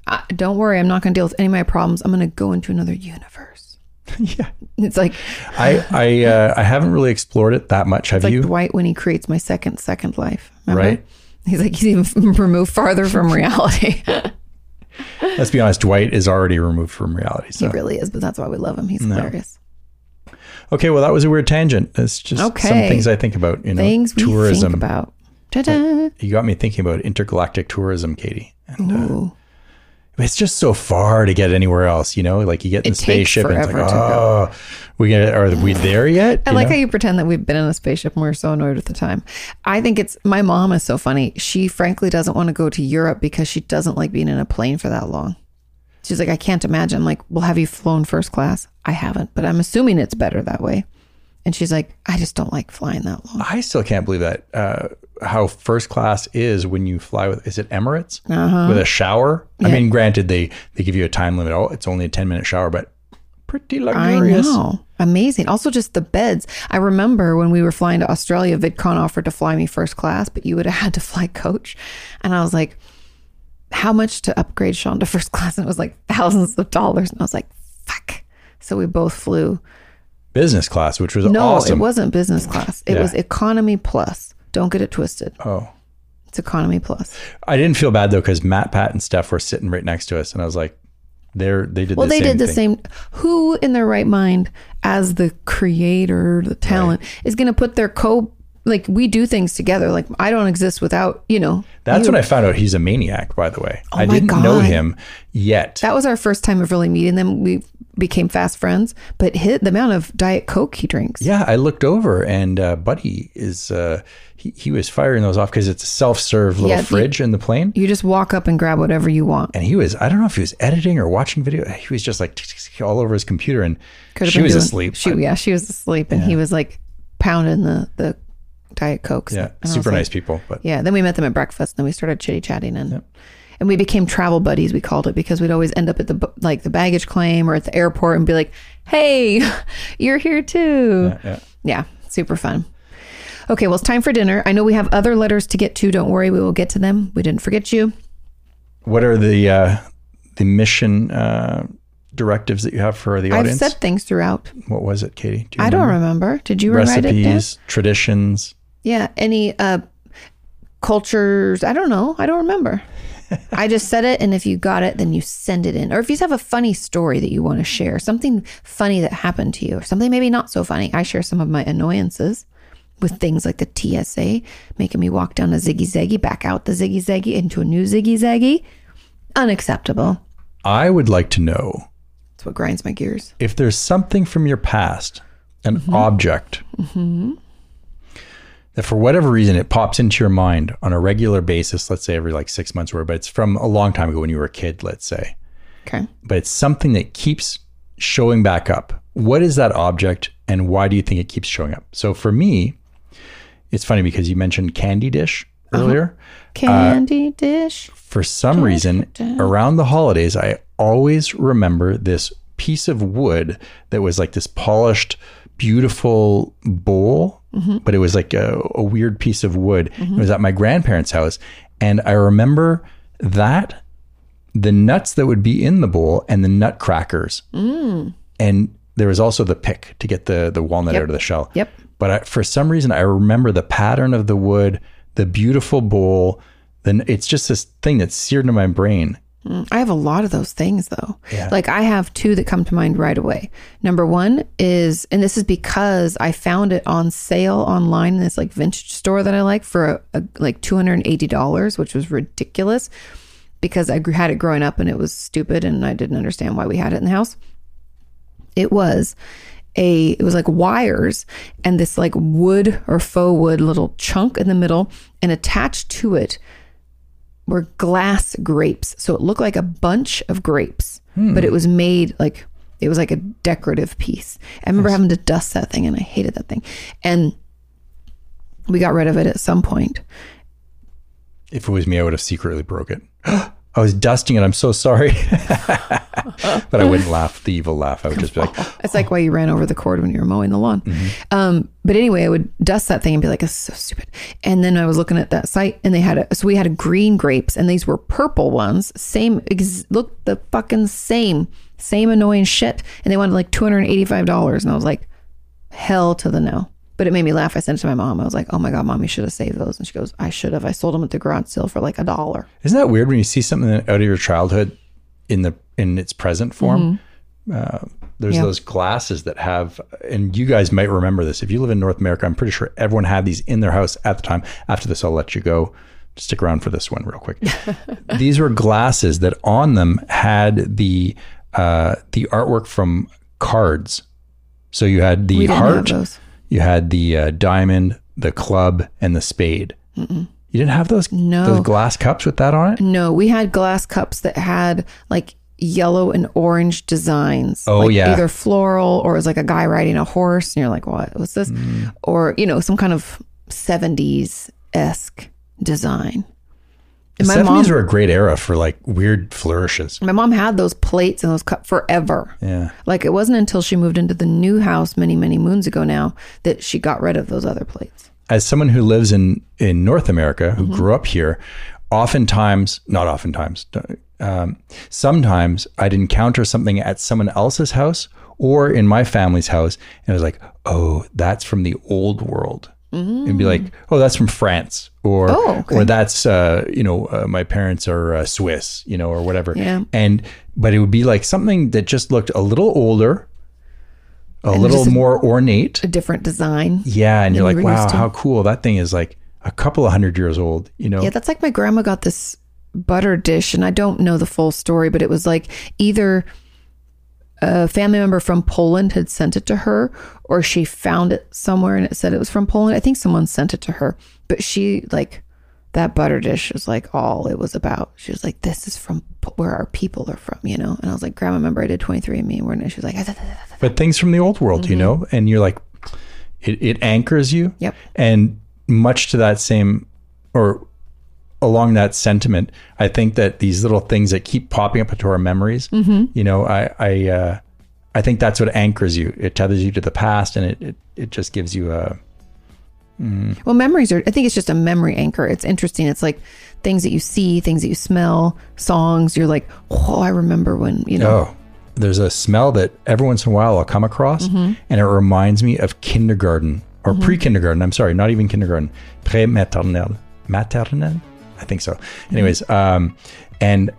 I, don't worry, I'm not going to deal with any of my problems. I'm going to go into another universe. yeah. It's like I I uh, I haven't really explored it that much. Have like you? Dwight when he creates my second second life. Remember? Right. He's like he's even removed farther from reality. Let's be honest, Dwight is already removed from reality. he So, really is, but that's why we love him. He's hilarious. Okay, well, that was a weird tangent. It's just some Okay. things I think about. You know, Things we tourism. think about. Ta-da. You got me thinking about intergalactic tourism, Katie. And uh, it's just so far to get anywhere else. You know, like you get in the It takes spaceship and it's like, forever to go. oh, we get, are we there yet? I You like know? how you pretend that we've been in a spaceship and we're so annoyed with the time. I think it's my mom is so funny. She frankly doesn't want to go to Europe because she doesn't like being in a plane for that long. She's like, I can't imagine. I'm like, well, have you flown first class? I haven't, but I'm assuming it's better that way. And she's like, I just don't like flying that long. I still can't believe that uh, how first class is when you fly with is it Emirates Uh-huh. with a shower? I mean, granted they they give you a time limit. Oh, it's only a ten minute shower, but pretty I luxurious. know. Amazing. Also, just the beds. I remember when we were flying to Australia, VidCon offered to fly me first class, but you would have had to fly coach. And I was like, how much to upgrade Sean to first class? And it was like thousands of dollars. And I was like, fuck. So we both flew. Business class, which was No, awesome. it wasn't business class. It Yeah. was economy plus. Don't get it twisted. Oh. It's economy plus. I didn't feel bad though because Matt, Pat, and Steph were sitting right next to us, and I was like, "They're they did Well, the they did same the thing. same. Who in their right mind, as the creator, the talent, is going to put their co like we do things together? Like I don't exist without you know. That's when I found out he's a maniac. By the way, I Oh my didn't know God. him yet. That was our first time of really meeting them. We became fast friends, but hit the amount of diet coke he drinks. yeah, I looked over and uh, Buddy is uh, he he was firing those off because it's a self serve little Yeah, the- fridge in the plane. You just walk up and grab whatever you want. and he was I don't know if he was editing or watching video. He was just like tick, tick, tick, all over his computer, and Could have she been was doing- asleep. She, yeah, she was asleep, and he was like pounding the the diet cokes. yeah, And I was super like, nice people, but Yeah. Then we met them at breakfast, and then we started chitty chatting, and and we became travel buddies. We called it because we'd always end up at the bu- like the baggage claim or at the airport and be like, "Hey, you're here too." Yeah, yeah. super fun. Okay, well, it's time for dinner. I know we have other letters to get to. Don't worry, we will get to them. We didn't forget you. what are the uh, the mission uh, directives that you have for the I've audience? said things throughout. what was it, Katie? Do you I don't remember. Did you write it down? recipes, traditions. Yeah. Any uh, cultures? I don't know. I don't remember. I just said it, and if you got it, then you send it in. Or if you have a funny story that you want to share, something funny that happened to you, or something maybe not so funny. I share some of my annoyances with things like the TSA making me walk down a ziggy zaggy, back out the ziggy zaggy into a new ziggy zaggy. Unacceptable. I would like to know That's what grinds my gears. if there's something from your past, an Mm-hmm. object, that for whatever reason it pops into your mind on a regular basis, let's say every like six months or whatever, but it's from a long time ago when you were a kid, let's say, Okay. but it's something that keeps showing back up. What is that object and why do you think it keeps showing up? So for me, it's funny because you mentioned candy dish earlier Candy dish. for some reason, around the holidays, I always remember this piece of wood that was like this polished, beautiful bowl, but it was like a, a weird piece of wood. It was at my grandparents' house. And I remember that, the nuts that would be in the bowl, and the nutcrackers. And there was also the pick to get the, the walnut out of the shell. Mm. Yep. But I, for some reason, I remember the pattern of the wood, the beautiful bowl. Then it's just this thing that's seared into my brain. Mm, I have a lot of those things though. Like I have two that come to mind right away. Number one is, and this is because I found it on sale online in this like vintage store that I like for a, a, like two hundred and eighty dollars, which was ridiculous because I gr- had it growing up and it was stupid and I didn't understand why we had it in the house. It was a it was like wires and this like wood or faux wood little chunk in the middle and attached to it were glass grapes. So it looked like a bunch of grapes, but it was made like it was like a decorative piece. I remember having to dust that thing and I hated that thing. And we got rid of it at some point. If it was me, I would have secretly broke it. I was dusting it. I'm so sorry. but I wouldn't laugh the evil laugh. I would just be like, It's like why you ran over the cord when you were mowing the lawn. Um, but anyway, I would dust that thing and be like, "This is so stupid." And then I was looking at that site, and they had a, so we had a green grapes, and these were purple ones. Same, ex- look the fucking same, same annoying shit. And they wanted like two hundred and eighty five dollars, and I was like, hell to the no. But it made me laugh. I sent it to my mom. I was like, "Oh my god, mom, you should have saved those." And she goes, "I should have. I sold them at the garage sale for like a dollar." isn't that weird when you see something out of your childhood in the in its present form? Uh, There's Mm-hmm. Yeah. those glasses that have, and you guys might remember this. If you live in North America, I'm pretty sure everyone had these in their house at the time. After this, I'll let you go. Stick around for this one real quick. these were glasses that on them had the uh, the artwork from cards. So you had the We didn't have heart, those. you had the uh, diamond, the club, and the spade. You didn't have those No. those glass cups with that on it. No, we had glass cups that had like yellow and orange designs. Oh, like, yeah. Either floral or it was like a guy riding a horse and you're like, what was this? Mm. Or, you know, some kind of 70s esque design. And my Seventies mom, were a great era for like weird flourishes. my mom had those plates and those cups forever. Yeah. Like it wasn't until she moved into the new house many, many moons ago now that she got rid of those other plates. as someone who lives in in North America, who Mm-hmm. grew up here, oftentimes, not oftentimes, um, sometimes I'd encounter something at someone else's house or in my family's house, and I was like, "Oh, that's from the old world." And be like, "Oh, that's from France," or Mm. Oh, okay. "Or that's uh, you know, uh, my parents are uh, Swiss," you know, or whatever. Yeah. And but it would be like something that just looked a little older, a little just a- more ornate, A different design. yeah, and you're we like, were wow, used to. how cool! That thing is like a couple of hundred years old. You know, Yeah, that's like my grandma got this butter dish, and I don't know the full story, but it was like either a family member from Poland had sent it to her, or she found it somewhere and it said it was from Poland. I think someone sent it to her, but she like that butter dish was like all it was about. She was like, "This is from Po- where our people are from," you know. And I was like, "Grandma, remember I did 23andMe?" And we're- and she was like, but things from the old world. You know, and you're like, it, it anchors you. Mm-hmm. Yep. And much to that same, or along that sentiment, I think that these little things that keep popping up into our memories. Mm-hmm. You know, I I uh, I think that's what anchors you. It tethers you to the past, and it it, it just gives you a Well, memories are, I think it's just a memory anchor. It's interesting. It's like things that you see, things that you smell, songs. You're like, oh, I remember when, you know. Oh, there's a smell that every once in a while I'll come across, and it reminds me of kindergarten or pre-kindergarten. I'm sorry, not even kindergarten, pré-maternelle, maternelle. I think so. Anyways, um, and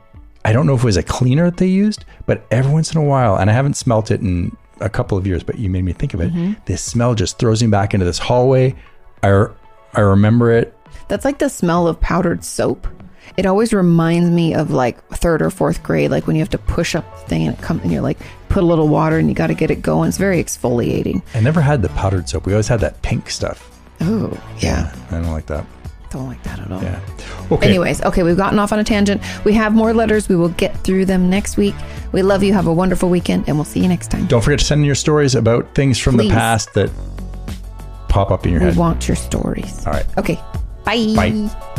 I don't know if it was a cleaner that they used, but every once in a while, and I haven't smelt it in a couple of years, but you made me think of it. This smell just throws me back into this hallway. I I remember it. That's like the smell of powdered soap. It always reminds me of like third or fourth grade, like when you have to push up the thing and it comes and you're like, put a little water and you got to get it going. It's very exfoliating. I never had the powdered soap. We always had that pink stuff. Oh, yeah. I don't like that. Don't like that at all. Yeah. Okay. Anyways, okay, we've gotten off on a tangent. We have more letters. We will get through them next week. We love you. Have a wonderful weekend, and we'll see you next time. Don't forget to send in your stories about things from Please. the past that pop up in your We head. want your stories. All right. Okay. Bye. Bye.